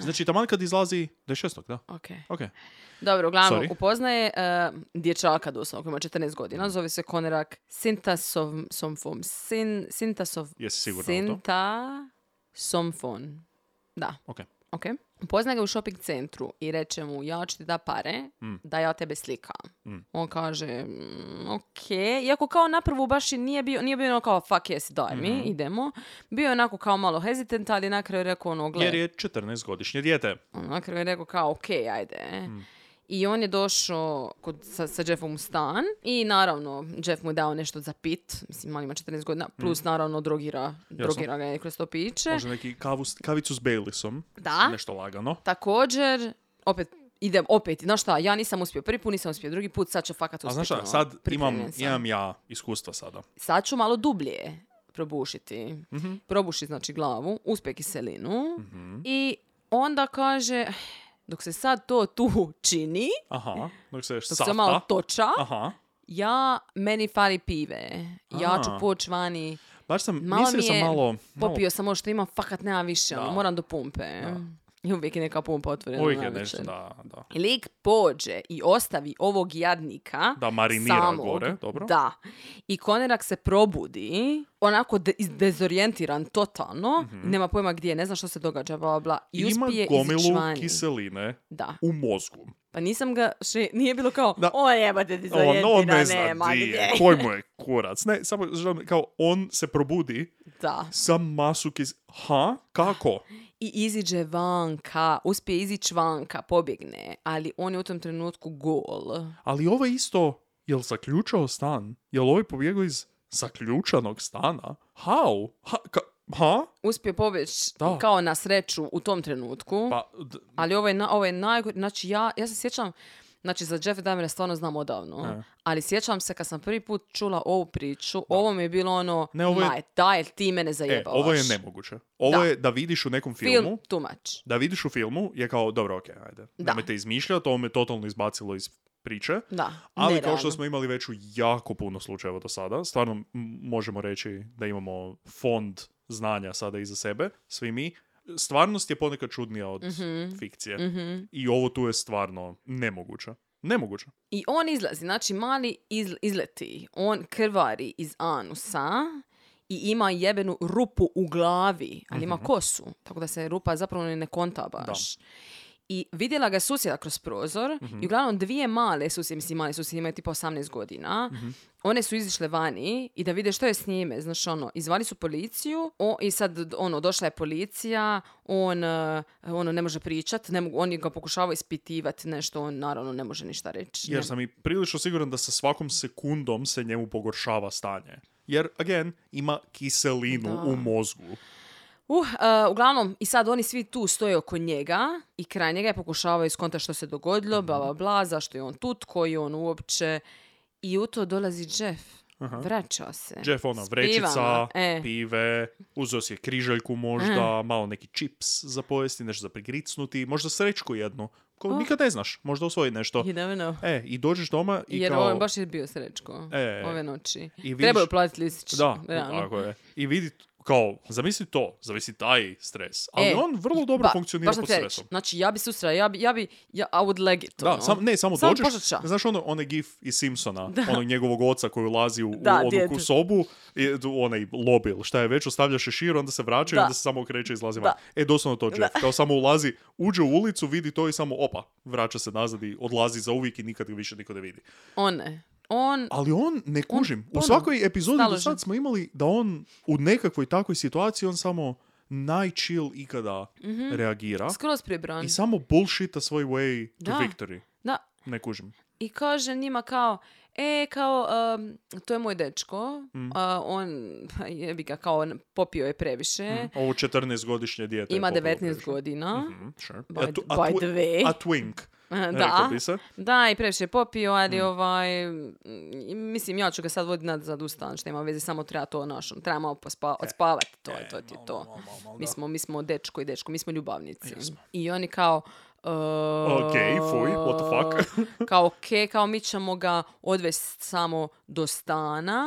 [SPEAKER 4] Znači, taman kad izlazi 26. da?
[SPEAKER 5] okej.
[SPEAKER 4] Ok.
[SPEAKER 5] Dobro, uglavnom,
[SPEAKER 4] Sorry. Mm.
[SPEAKER 5] upoznaje e, dječaka doslovno, koji ima 14 godina, zove se Konerak Sintasov, Somfon, Sin, Sintasov,
[SPEAKER 4] Jesi sigurna u to?
[SPEAKER 5] Sinta, Somfon, da.
[SPEAKER 4] Ok.
[SPEAKER 5] Ok. Upozna ga u shopping centru i reče mu, ja ću ti da pare,
[SPEAKER 4] Mm.
[SPEAKER 5] da ja tebe slikam. On kaže, "Mm, ok. Iako kao naprvu baš i nije bio, nije bio ono kao, fuck yes, daj mi,
[SPEAKER 4] Mhm.
[SPEAKER 5] idemo. Bio je onako kao malo hesitant, ali na kraju je rekao ono, gle.
[SPEAKER 4] Jer je 14-godišnje dijete.
[SPEAKER 5] Ono, na kraju je rekao kao, ok, ajde. e."
[SPEAKER 4] Mm.
[SPEAKER 5] I on je došao kod, sa, sa Jeffom u stan i naravno Jeff mu je dao nešto za pit, mislim on ima 14 godina,
[SPEAKER 4] Mm.
[SPEAKER 5] plus naravno drogira, drogira ga je kroz to piće.
[SPEAKER 4] Možda neki kavu, s- kavicu s Bailisom.
[SPEAKER 5] Da.
[SPEAKER 4] Nešto lagano.
[SPEAKER 5] Također, opet, idem opet, znaš šta, ja nisam uspio prvi put, nisam uspio drugi put, sad ću fakat uspjeti.
[SPEAKER 4] A znaš šta,
[SPEAKER 5] ono,
[SPEAKER 4] sad imam,
[SPEAKER 5] pripremljen sam.
[SPEAKER 4] imam ja iskustva sada.
[SPEAKER 5] Sad ću malo dublje probušiti.
[SPEAKER 4] Mhm.
[SPEAKER 5] Probuši znači glavu, uspe kiselinu i onda kaže, "Eh, dok se sad to tu čini,
[SPEAKER 4] Aha, dok se
[SPEAKER 5] dok
[SPEAKER 4] safta.
[SPEAKER 5] se malo toča,
[SPEAKER 4] Aha.
[SPEAKER 5] ja, meni fali pive. Ja ću
[SPEAKER 4] A.
[SPEAKER 5] poći vani.
[SPEAKER 4] Baš sam,
[SPEAKER 5] Malo
[SPEAKER 4] mislio
[SPEAKER 5] mi
[SPEAKER 4] sam
[SPEAKER 5] je
[SPEAKER 4] malo... malo-
[SPEAKER 5] Popio sam ovo što imam, fakat nema više, ono, moram do pumpe. I uvijek je neka pumpa otvorena
[SPEAKER 4] Uvijek je
[SPEAKER 5] navečer.
[SPEAKER 4] nešto, da, da.
[SPEAKER 5] I Lik pođe i ostavi ovog jadnika
[SPEAKER 4] Da marinira
[SPEAKER 5] samog.
[SPEAKER 4] gore, dobro.
[SPEAKER 5] Da. I Konerak se probudi, onako de- iz- dezorijentiran totalno, nema pojma gdje, je, ne zna što se događa, bla, bla, bla. I
[SPEAKER 4] Mhm. Ima
[SPEAKER 5] uspije izići
[SPEAKER 4] gomilu
[SPEAKER 5] vani.
[SPEAKER 4] kiseline
[SPEAKER 5] Da.
[SPEAKER 4] u mozgu.
[SPEAKER 5] Pa nisam ga, še, nije bilo kao,
[SPEAKER 4] Da.
[SPEAKER 5] o jebate, dezorijentirane,
[SPEAKER 4] On, on ne zna
[SPEAKER 5] nema
[SPEAKER 4] di je,
[SPEAKER 5] gdje.
[SPEAKER 4] koji mu je kurac. Ne, samo želim, kao on se probudi
[SPEAKER 5] Da.
[SPEAKER 4] sa masu kis... Ha? Kako?
[SPEAKER 5] i iziđe vanka, uspije izići vanka, pobjegne, ali on je u tom trenutku gol.
[SPEAKER 4] Ali ovo je isto, jel zaključao stan? Jel ovaj pobjegao iz zaključanog stana? How? Ha? ka- ha?
[SPEAKER 5] Uspije pobjeći
[SPEAKER 4] Da.
[SPEAKER 5] kao na sreću u tom trenutku,
[SPEAKER 4] Pa, d-
[SPEAKER 5] ali ovo je, na, ovo je najgore, znači ja, ja se sjećam, znači za Jeff Damera stvarno znam odavno,
[SPEAKER 4] E.
[SPEAKER 5] ali sjećam se kad sam prvi put čula ovu priču, ovo mi je bilo ono,
[SPEAKER 4] Ne, ovo je-
[SPEAKER 5] maj, daj, ti mene
[SPEAKER 4] e,
[SPEAKER 5] zajebavaš.
[SPEAKER 4] ovo je nemoguće. Ovo
[SPEAKER 5] Da.
[SPEAKER 4] je da vidiš u nekom filmu,
[SPEAKER 5] Film, tumač.
[SPEAKER 4] da vidiš u filmu je kao, dobro, okej, ajde.
[SPEAKER 5] Da.
[SPEAKER 4] Nemojte izmišljati, ovo me totalno izbacilo iz priče.
[SPEAKER 5] Da,
[SPEAKER 4] Ali kao
[SPEAKER 5] nerealno.
[SPEAKER 4] što smo imali već u jako puno slučajeva do sada, stvarno m- možemo reći da imamo fond znanja sada iza sebe, svi mi. Stvarnost je ponekad čudnija od fikcije.
[SPEAKER 5] Mhm.
[SPEAKER 4] I ovo tu je stvarno nemoguće. Nemoguće.
[SPEAKER 5] I on izlazi, znači mali izl- izleti, on krvari iz anusa i ima jebenu rupu u glavi, ali ima kosu, tako da se rupa zapravo ni ne konta baš. I vidjela ga je susjeda kroz prozor i uglavnom dvije male susjede, mislim male susjede imaju tipa 18 godina, one su izišle vani i da vide što je s njime, znaš ono, izvali su policiju o, i sad ono, došla je policija, on e, ono, ne može pričat, ne mogu, oni ga pokušavaju ispitivati nešto, on naravno ne može ništa reći.
[SPEAKER 4] Jer sam i prilično siguran da sa svakom sekundom se njemu pogoršava stanje. jer, again, ima kiselinu u mozgu.
[SPEAKER 5] Uh, e, uglavnom, i sad oni svi tu stoje oko njega i kraj njega i pokušavaju skonta što se dogodilo, bla, bla, bla, zašto je on tu, tko je on uopće. I u to dolazi Jeff. Vraća se.
[SPEAKER 4] Jeff, ona,
[SPEAKER 5] S
[SPEAKER 4] vrećica,
[SPEAKER 5] pivama. E.
[SPEAKER 4] pive, uzeo si je križaljku možda, malo neki čips za pojesti, nešto za prigricnuti, možda srećku jednu. Ko,
[SPEAKER 5] Oh.
[SPEAKER 4] Nikad ne znaš, možda osvoji nešto.
[SPEAKER 5] You never know.
[SPEAKER 4] E, i dođeš doma i
[SPEAKER 5] Jer
[SPEAKER 4] kao...
[SPEAKER 5] on baš je bio srećko
[SPEAKER 4] E.
[SPEAKER 5] ove noći.
[SPEAKER 4] vidiš-
[SPEAKER 5] Trebaju platiti listić.
[SPEAKER 4] Da,
[SPEAKER 5] realno.
[SPEAKER 4] tako je. I vidi, kao, zamisli to, zamisli taj stres. Ali
[SPEAKER 5] E,
[SPEAKER 4] on vrlo dobro
[SPEAKER 5] ba-
[SPEAKER 4] funkcionira
[SPEAKER 5] baš sam
[SPEAKER 4] pod
[SPEAKER 5] htjela reći.
[SPEAKER 4] stresom.
[SPEAKER 5] Znači, ja bi susra, ja bi, ja bi, ja, I would leg it.
[SPEAKER 4] Da,
[SPEAKER 5] ono.
[SPEAKER 4] sam, ne, samo
[SPEAKER 5] Samo
[SPEAKER 4] dođeš,
[SPEAKER 5] požrća.
[SPEAKER 4] znaš ono, onaj gif iz Simpsona, onog njegovog oca koji ulazi u,
[SPEAKER 5] Da,
[SPEAKER 4] u onu
[SPEAKER 5] djed.
[SPEAKER 4] ku sobu, i, tu onaj lobby ili šta je već, ostavlja šešir, onda se vraća i
[SPEAKER 5] Da.
[SPEAKER 4] onda se samo okreće i izlazi
[SPEAKER 5] Da.
[SPEAKER 4] van. E, doslovno to Jeff, kao samo ulazi, uđe u ulicu, vidi to i samo, opa, vraća se nazad i odlazi za uvijek i nikad ga više niko ne vidi.
[SPEAKER 5] On ne. On,
[SPEAKER 4] Ali on, ne kužim, u
[SPEAKER 5] ponovno,
[SPEAKER 4] svakoj epizodi do
[SPEAKER 5] staložen.
[SPEAKER 4] sad smo imali da on u nekakvoj takvoj situaciji, on samo najchill ikada reagira
[SPEAKER 5] Mhm. skroz pribran.
[SPEAKER 4] i samo bullshita svoj way to
[SPEAKER 5] Da.
[SPEAKER 4] victory.
[SPEAKER 5] Da,
[SPEAKER 4] Ne kužim.
[SPEAKER 5] i kaže njima kao, e, kao, um, to je moj dečko,
[SPEAKER 4] Mm.
[SPEAKER 5] a, on, pa jebi ga, kao, on popio je previše,
[SPEAKER 4] Ovo 14-godišnje dijete. Mm. je
[SPEAKER 5] ima
[SPEAKER 4] popilo
[SPEAKER 5] 19
[SPEAKER 4] previše.
[SPEAKER 5] godina,
[SPEAKER 4] Mhm, sure.
[SPEAKER 5] By-
[SPEAKER 4] A tu- a
[SPEAKER 5] by
[SPEAKER 4] twi-
[SPEAKER 5] the way.
[SPEAKER 4] A twink.
[SPEAKER 5] da.
[SPEAKER 4] rekao bi se.
[SPEAKER 5] da, i previše je popio, ali
[SPEAKER 4] Mm.
[SPEAKER 5] ovaj, m, mislim, ja ću ga sad voditi nazad u stan, što ima veze, samo treba to našo, treba malo
[SPEAKER 4] E,
[SPEAKER 5] pospa- odspavati, to je, to ti je to. Mi smo, mi smo dečko i dečko, mi smo ljubavnici. I oni kao, e,
[SPEAKER 4] Ok, fuj, what the fuck?
[SPEAKER 5] kao ok, kao mi ćemo ga odvesti samo do stana,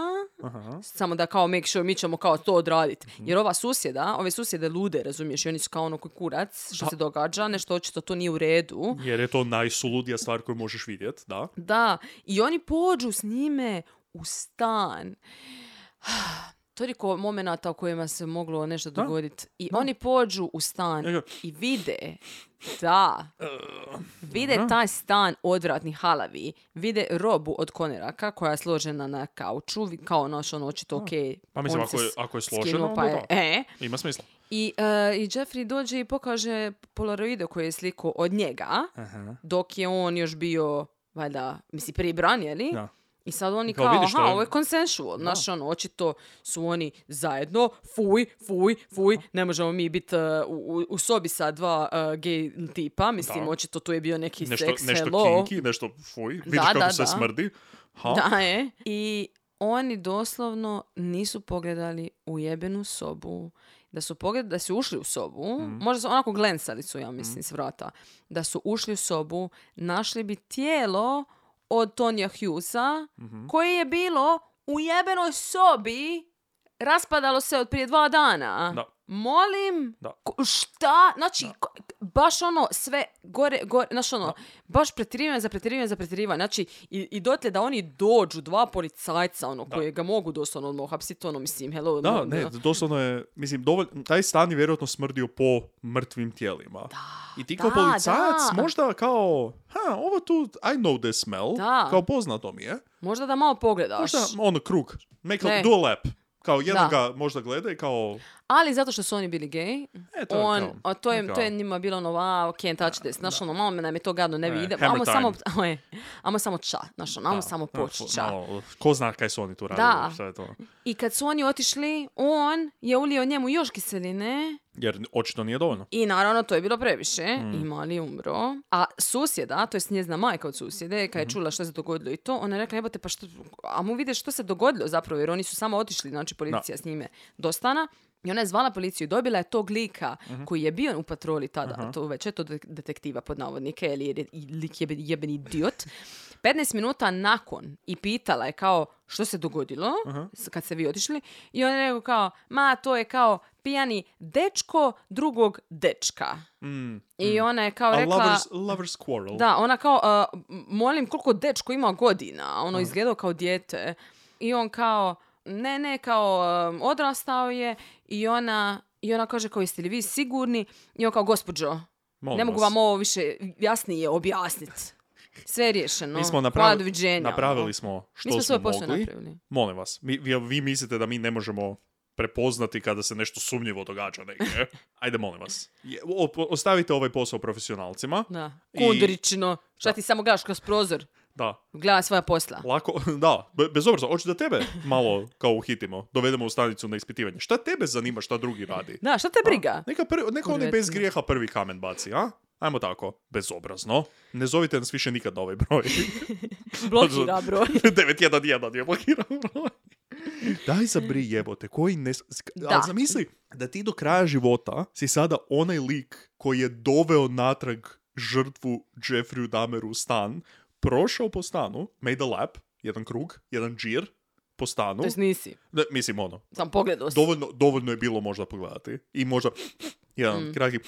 [SPEAKER 5] samo da kao make sure mi ćemo kao to odraditi.
[SPEAKER 4] Mhm.
[SPEAKER 5] Jer ova susjeda, ove susjede lude, razumiješ, i oni su kao ono koji kurac,
[SPEAKER 4] Pa-
[SPEAKER 5] što se događa, nešto očito to nije u redu.
[SPEAKER 4] Jer je to najsuludija stvar koju možeš vidjet, da.
[SPEAKER 5] Da, i oni pođu s njime u stan. Toliko momenata u kojima se moglo nešto dogoditi. I oni pođu u stan
[SPEAKER 4] Ja ga-
[SPEAKER 5] i vide, da, vide taj stan odvratni halavi, vide robu od koneraka koja je složena na kauču, vi- kao naš ono očito ok.
[SPEAKER 4] Pa mislim, ako je- ako je složena, onda
[SPEAKER 5] pa je,
[SPEAKER 4] da.
[SPEAKER 5] e,
[SPEAKER 4] Ima smisla.
[SPEAKER 5] i, e, I Jeffrey dođe i pokaže polaroide koje je sliko od njega, dok je on još bio, valjda, misli, pribran, jeli?
[SPEAKER 4] Da.
[SPEAKER 5] I sad oni
[SPEAKER 4] Kao
[SPEAKER 5] kao,
[SPEAKER 4] vidiš, to
[SPEAKER 5] aha,
[SPEAKER 4] je-
[SPEAKER 5] ovo je consensual. Znaš, ono, očito su oni zajedno, fuj, fuj, fuj, ne možemo mi biti u, u- u sobi sa dva uh, gej tipa, mislim,
[SPEAKER 4] Da.
[SPEAKER 5] očito tu je bio neki
[SPEAKER 4] Nešto,
[SPEAKER 5] seks,
[SPEAKER 4] nešto
[SPEAKER 5] hello.
[SPEAKER 4] kinky, nešto fuj. Vidiš kako
[SPEAKER 5] da,
[SPEAKER 4] se
[SPEAKER 5] da.
[SPEAKER 4] smrdi. Ha?
[SPEAKER 5] Da, je. I oni doslovno nisu pogledali u jebenu sobu. Da su pogledali, da su ušli u sobu, možda su onako glensali su, ja mislim, s vrata. Da su ušli u sobu, našli bi tijelo od Tonja Hughesa, koje je bilo u jebenoj sobi, raspadalo se od prije dva dana.
[SPEAKER 4] Da.
[SPEAKER 5] Molim,
[SPEAKER 4] Da.
[SPEAKER 5] ko- šta? Znači, ko- baš ono, sve gore, gore, znaš ono, baš pretjerivanje za pretjerivanje za pretjerivanje. Znači, i, i dotle da oni dođu, dva policajca, ono, koje ga mogu doslovno odmah uhapsiti, ono, mislim, hello.
[SPEAKER 4] Da,
[SPEAKER 5] ono,
[SPEAKER 4] ne, doslovno je, mislim, dovolj, taj stan je vjerojatno smrdio po mrtvim tijelima. I ti kao
[SPEAKER 5] da,
[SPEAKER 4] policajac
[SPEAKER 5] da.
[SPEAKER 4] možda kao, ha, ovo tu, I know this smell,
[SPEAKER 5] Da.
[SPEAKER 4] kao poznato mi je.
[SPEAKER 5] Možda da malo pogledaš.
[SPEAKER 4] Možda, ono, krug, make a,
[SPEAKER 5] Ne.
[SPEAKER 4] do a lap. Kao jedan
[SPEAKER 5] Da.
[SPEAKER 4] ga možda gleda i kao,
[SPEAKER 5] Ali zato što su oni bili gej,
[SPEAKER 4] E, to je
[SPEAKER 5] on,
[SPEAKER 4] kao-
[SPEAKER 5] a to, je,
[SPEAKER 4] kao-
[SPEAKER 5] to je njima bilo ono, wow, can't touch this, znaš ono, malo me nam je to gadno, ne
[SPEAKER 4] E,
[SPEAKER 5] vidim,
[SPEAKER 4] hammer
[SPEAKER 5] amo
[SPEAKER 4] time.
[SPEAKER 5] samo, e, amo samo ča, znaš ono, amo samo
[SPEAKER 4] da,
[SPEAKER 5] poći ča.
[SPEAKER 4] malo, ko zna kaj su oni tu radili,
[SPEAKER 5] Da.
[SPEAKER 4] šta je to.
[SPEAKER 5] I kad su oni otišli, on je ulio njemu još kiseline
[SPEAKER 4] Jer očito nije dovoljno.
[SPEAKER 5] i naravno to je bilo previše i mali je umro. A susjeda, to jest njezna majka od susjede, kad je čula što se dogodilo i to, ona je rekla, jebote, pa što, a mu vide što se dogodilo zapravo, jer oni su samo otišli, znači policija s njime do stana. I ona je zvala policiju i dobila je tog lika koji je bio u patroli tada, to već je to de- detektiva pod navodnike, ili jer je i lik je jeben idiot. 15 minuta nakon i pitala je kao što se dogodilo s- kad ste vi otišli i on je rekao kao ma to je kao pijani dečko drugog dečka. I ona je kao
[SPEAKER 4] Mm. A
[SPEAKER 5] rekla...
[SPEAKER 4] lovers, lovers quarrel.
[SPEAKER 5] Da, ona kao, a, m- molim koliko dečko ima godina, ono izgledao kao dijete. I on kao, ne, ne, kao um, odrastao je i ona, i ona kaže kao jeste li vi sigurni? I on kao, gospođo,
[SPEAKER 4] Molim
[SPEAKER 5] ne mogu
[SPEAKER 4] vas.
[SPEAKER 5] vam ovo više jasnije objasniti. Sve je riješeno.
[SPEAKER 4] Mi smo
[SPEAKER 5] Hvala,
[SPEAKER 4] napravili,
[SPEAKER 5] doviđenja, ono.
[SPEAKER 4] napravili smo što
[SPEAKER 5] Mi smo svoj posao
[SPEAKER 4] mogli.
[SPEAKER 5] napravili.
[SPEAKER 4] Molim vas, mi, vi, vi mislite da mi ne možemo prepoznati kada se nešto sumnjivo događa negdje. Ajde, molim vas. Je- o- o- ostavite ovaj posao profesionalcima.
[SPEAKER 5] Da.
[SPEAKER 4] I-
[SPEAKER 5] Kundurićino. Šta ti samo gledaš kroz prozor?
[SPEAKER 4] Da,
[SPEAKER 5] Gledaj svoja posla.
[SPEAKER 4] lako, da, be- bez obzira, hoću da tebe malo kao uhitimo, dovedemo u stanicu na ispitivanje. Šta tebe zanima šta drugi radi?
[SPEAKER 5] Da, šta te briga?
[SPEAKER 4] Neka, prvi, neka onaj bez
[SPEAKER 5] Odvjetno.
[SPEAKER 4] grijeha prvi kamen baci, a? Ajmo tako, bezobrazno. Ne zovite nas više nikad na ovaj broj.
[SPEAKER 5] Blokira broj.
[SPEAKER 4] 911 je blokirao broj. Daj za bri jebote, koji ne...
[SPEAKER 5] Da.
[SPEAKER 4] Ali zamisli da ti do kraja života si sada onaj lik koji je doveo natrag žrtvu Jeffrey Dahmeru u stan, prošao po stanu, made a lap, jedan krug, jedan džir, po stanu.
[SPEAKER 5] To jest nisi.
[SPEAKER 4] Ne, mislim ono,
[SPEAKER 5] Sam pogledao si.
[SPEAKER 4] dovoljno, dovoljno je bilo možda pogledati. I možda jedan
[SPEAKER 5] Mm.
[SPEAKER 4] kratki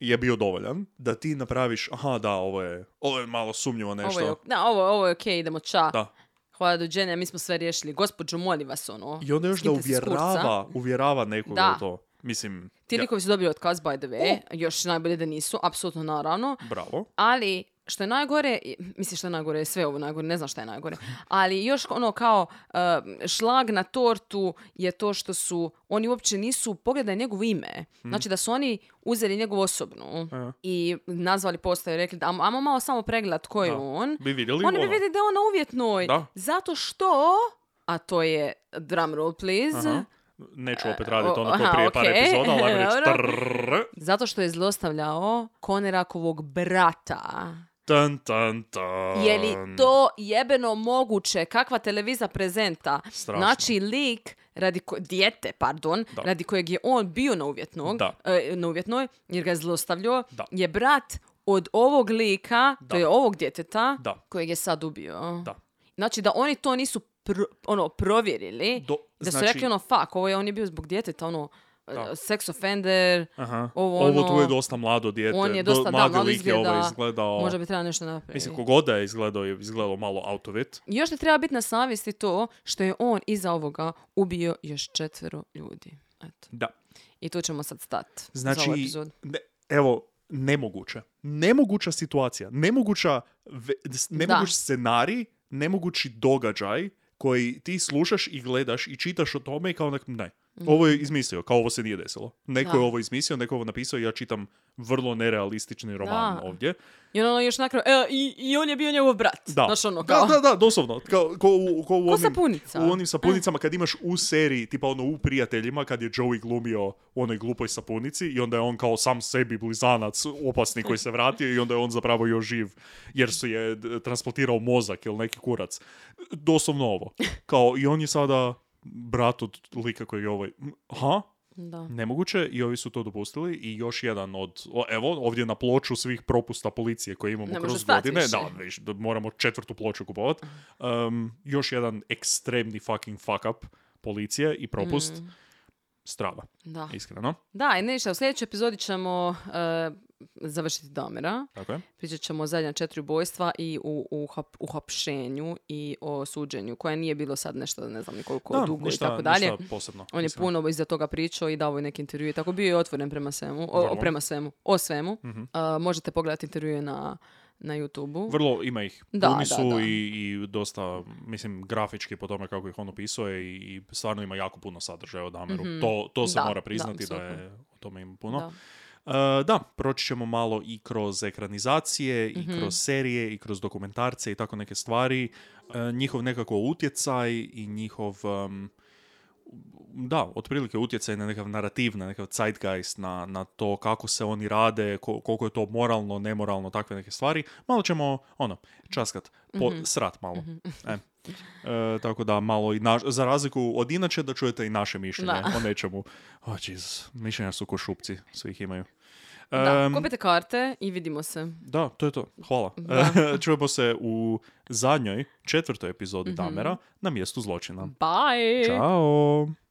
[SPEAKER 4] je bio dovoljan da ti napraviš, aha da, ovo je, ovo je malo sumnjivo nešto.
[SPEAKER 5] Ovo je, da, ovo, ovo je okej, idemo ča.
[SPEAKER 4] Da.
[SPEAKER 5] Hvala dođenja, mi smo sve riješili. Gospođo, molim vas, ono.
[SPEAKER 4] I onda još da
[SPEAKER 5] skinite se s kurca.
[SPEAKER 4] uvjerava, uvjerava nekoga
[SPEAKER 5] Da.
[SPEAKER 4] u to. Mislim,
[SPEAKER 5] Ti
[SPEAKER 4] ja,
[SPEAKER 5] likovi su dobili otkaz, by the way. Još najbolje da nisu, apsolutno naravno.
[SPEAKER 4] bravo.
[SPEAKER 5] Ali, što je najgore, i- mislim što je najgore, je sve ovo najgore, ne znam šta je najgore, ali još ono kao um, šlag na tortu je to što su, oni uopće nisu, pogledaj njegovo ime,
[SPEAKER 4] Mhm.
[SPEAKER 5] znači da su oni uzeli njegovu osobnu
[SPEAKER 4] Aha.
[SPEAKER 5] i nazvali postaju i rekli da, "Am- amo malo samo pregledat ko je
[SPEAKER 4] Da.
[SPEAKER 5] on,
[SPEAKER 4] Bi vidjeli
[SPEAKER 5] oni bi
[SPEAKER 4] ono.
[SPEAKER 5] vidjeli da je on na uvjetnoj,
[SPEAKER 4] Da.
[SPEAKER 5] zato što, a to je drum roll please,
[SPEAKER 4] Aha. Neću opet raditi
[SPEAKER 5] E, o-
[SPEAKER 4] ono kao
[SPEAKER 5] aha,
[SPEAKER 4] prije par
[SPEAKER 5] okej,
[SPEAKER 4] epizoda, ali ajmo reći
[SPEAKER 5] dobro.
[SPEAKER 4] trrrr,
[SPEAKER 5] zato što je zlostavljao Konerakovog brata.
[SPEAKER 4] tan, tan, tan.
[SPEAKER 5] Je li to jebeno moguće? Kakva televiza prezenta?
[SPEAKER 4] Strašno.
[SPEAKER 5] Znači, lik radi ko- dijete, pardon,
[SPEAKER 4] Da.
[SPEAKER 5] radi kojeg je on bio na uvjetnog,
[SPEAKER 4] Da.
[SPEAKER 5] e, na uvjetnoj, jer ga je zlostavljao,
[SPEAKER 4] Da.
[SPEAKER 5] je brat od ovog lika, to
[SPEAKER 4] Da.
[SPEAKER 5] je ovog djeteta,
[SPEAKER 4] Da.
[SPEAKER 5] kojeg je sad ubio.
[SPEAKER 4] Da.
[SPEAKER 5] Znači da oni to nisu pr- ono, provjerili,
[SPEAKER 4] Do-
[SPEAKER 5] da su
[SPEAKER 4] znači-
[SPEAKER 5] rekli ono, fuck, ovo je, on je bio zbog djeteta, ono, e,
[SPEAKER 4] Da.
[SPEAKER 5] sex offender,
[SPEAKER 4] Aha.
[SPEAKER 5] ovo,
[SPEAKER 4] Ovo
[SPEAKER 5] ono,
[SPEAKER 4] tu je dosta mlado dijete.
[SPEAKER 5] on je
[SPEAKER 4] Do-
[SPEAKER 5] dosta, da,
[SPEAKER 4] mladi
[SPEAKER 5] malo
[SPEAKER 4] lik je ovo
[SPEAKER 5] izgleda,
[SPEAKER 4] izgledao.
[SPEAKER 5] možda bi trebalo nešto napraviti.
[SPEAKER 4] Mislim, kogoda je izgledao, je izgledao malo out of it.
[SPEAKER 5] Još ti treba biti na savjesti to što je on iza ovoga ubio još četvero ljudi. Eto.
[SPEAKER 4] Da.
[SPEAKER 5] I tu ćemo sad stati. za
[SPEAKER 4] Znači,
[SPEAKER 5] ovaj epizod.
[SPEAKER 4] ne- evo, nemoguće. Nemoguća situacija, nemoguća, ve- s- nemoguć scenarij, nemogući događaj koji ti slušaš i gledaš i čitaš o tome i kao onak, ne, ovo je izmislio, kao ovo se nije desilo. Neko
[SPEAKER 5] Mhm. Da.
[SPEAKER 4] je ovo izmislio, neko je ovo napisao i ja čitam vrlo nerealistični roman
[SPEAKER 5] Da.
[SPEAKER 4] ovdje.
[SPEAKER 5] I ono još na kraju, e, i, i on je bio njegov brat.
[SPEAKER 4] Da.
[SPEAKER 5] Znaš ono, kao,
[SPEAKER 4] da, da, da, doslovno. Kao, ko, u, ko u
[SPEAKER 5] Ko E.
[SPEAKER 4] onim,
[SPEAKER 5] sapunica.
[SPEAKER 4] U onim sapunicama kad imaš u seriji, tipa ono u Prijateljima, kad je Joey glumio u onoj glupoj sapunici i onda je on kao sam sebi blizanac opasni koji se vratio i onda je on zapravo još živ jer su je d- transplantirao mozak ili neki kurac. Doslovno ovo. Kao i on je sada brat od lika koji je ovaj... m, Ha?
[SPEAKER 5] Da.
[SPEAKER 4] Nemoguće i ovi su to dopustili i još jedan od, o, evo, ovdje na ploču svih propusta policije koje imamo
[SPEAKER 5] Ne može
[SPEAKER 4] kroz
[SPEAKER 5] stati
[SPEAKER 4] godine,
[SPEAKER 5] više.
[SPEAKER 4] da, viš, da moramo četvrtu ploču kupovat, um, još jedan ekstremni fucking fuck up policije i propust,
[SPEAKER 5] Mm.
[SPEAKER 4] strava,
[SPEAKER 5] Da.
[SPEAKER 4] iskreno,
[SPEAKER 5] Da, i ništa, u sljedećoj epizodi ćemo e, završiti Damira.
[SPEAKER 4] tako je.
[SPEAKER 5] Pričat ćemo o zadnja četiri ubojstva i u, u hap- uhapšenju i o suđenju, koje nije bilo sad nešto, ne znam nikoliko
[SPEAKER 4] da,
[SPEAKER 5] dugo
[SPEAKER 4] ništa,
[SPEAKER 5] i tako dalje.
[SPEAKER 4] ništa posebno.
[SPEAKER 5] On je
[SPEAKER 4] iskreno.
[SPEAKER 5] puno iza toga pričao i dao je neke intervjue, tako bio je otvoren prema svemu, o,
[SPEAKER 4] Vrlo. Mhm.
[SPEAKER 5] prema svemu, o svemu. A, možete pogledati intervjue na, na youtube
[SPEAKER 4] Vrlo ima ih.
[SPEAKER 5] Da, da,
[SPEAKER 4] Puni su
[SPEAKER 5] da.
[SPEAKER 4] I, i dosta, mislim, grafički po tome kako ih on opisao je i, i stvarno ima jako puno sadržaja o Dameru. To, to se
[SPEAKER 5] Mhm. Da,
[SPEAKER 4] mora
[SPEAKER 5] da,
[SPEAKER 4] priznati da, je
[SPEAKER 5] apsolutno.
[SPEAKER 4] o tome ima puno. E, da, proći ćemo malo i kroz ekranizacije,
[SPEAKER 5] Mhm.
[SPEAKER 4] i kroz serije, i kroz dokumentarce i tako neke stvari. E, njihov nekako utjecaj i njihov... em, da, otprilike utjecaj na nekav narativ, na nekav zeitgeist, na, na to kako se oni rade, ko- koliko je to moralno, nemoralno, takve neke stvari. Malo ćemo, ono, časkat, po,
[SPEAKER 5] Mhm.
[SPEAKER 4] srat malo. E. E, tako da malo i naš, za razliku od inače da čujete i naše mišljenje
[SPEAKER 5] Da.
[SPEAKER 4] o nečemu. Oh, jeez, mišljenja su ko šupci, svi ih imaju.
[SPEAKER 5] Da,
[SPEAKER 4] Em,
[SPEAKER 5] kupite karte i vidimo se.
[SPEAKER 4] da, to je to. Hvala. E, Čujemo se u
[SPEAKER 5] Mhm.
[SPEAKER 4] zadnjoj, četvrtoj epizodi Damera na mjestu zločina.
[SPEAKER 5] Bye!
[SPEAKER 4] Ćao!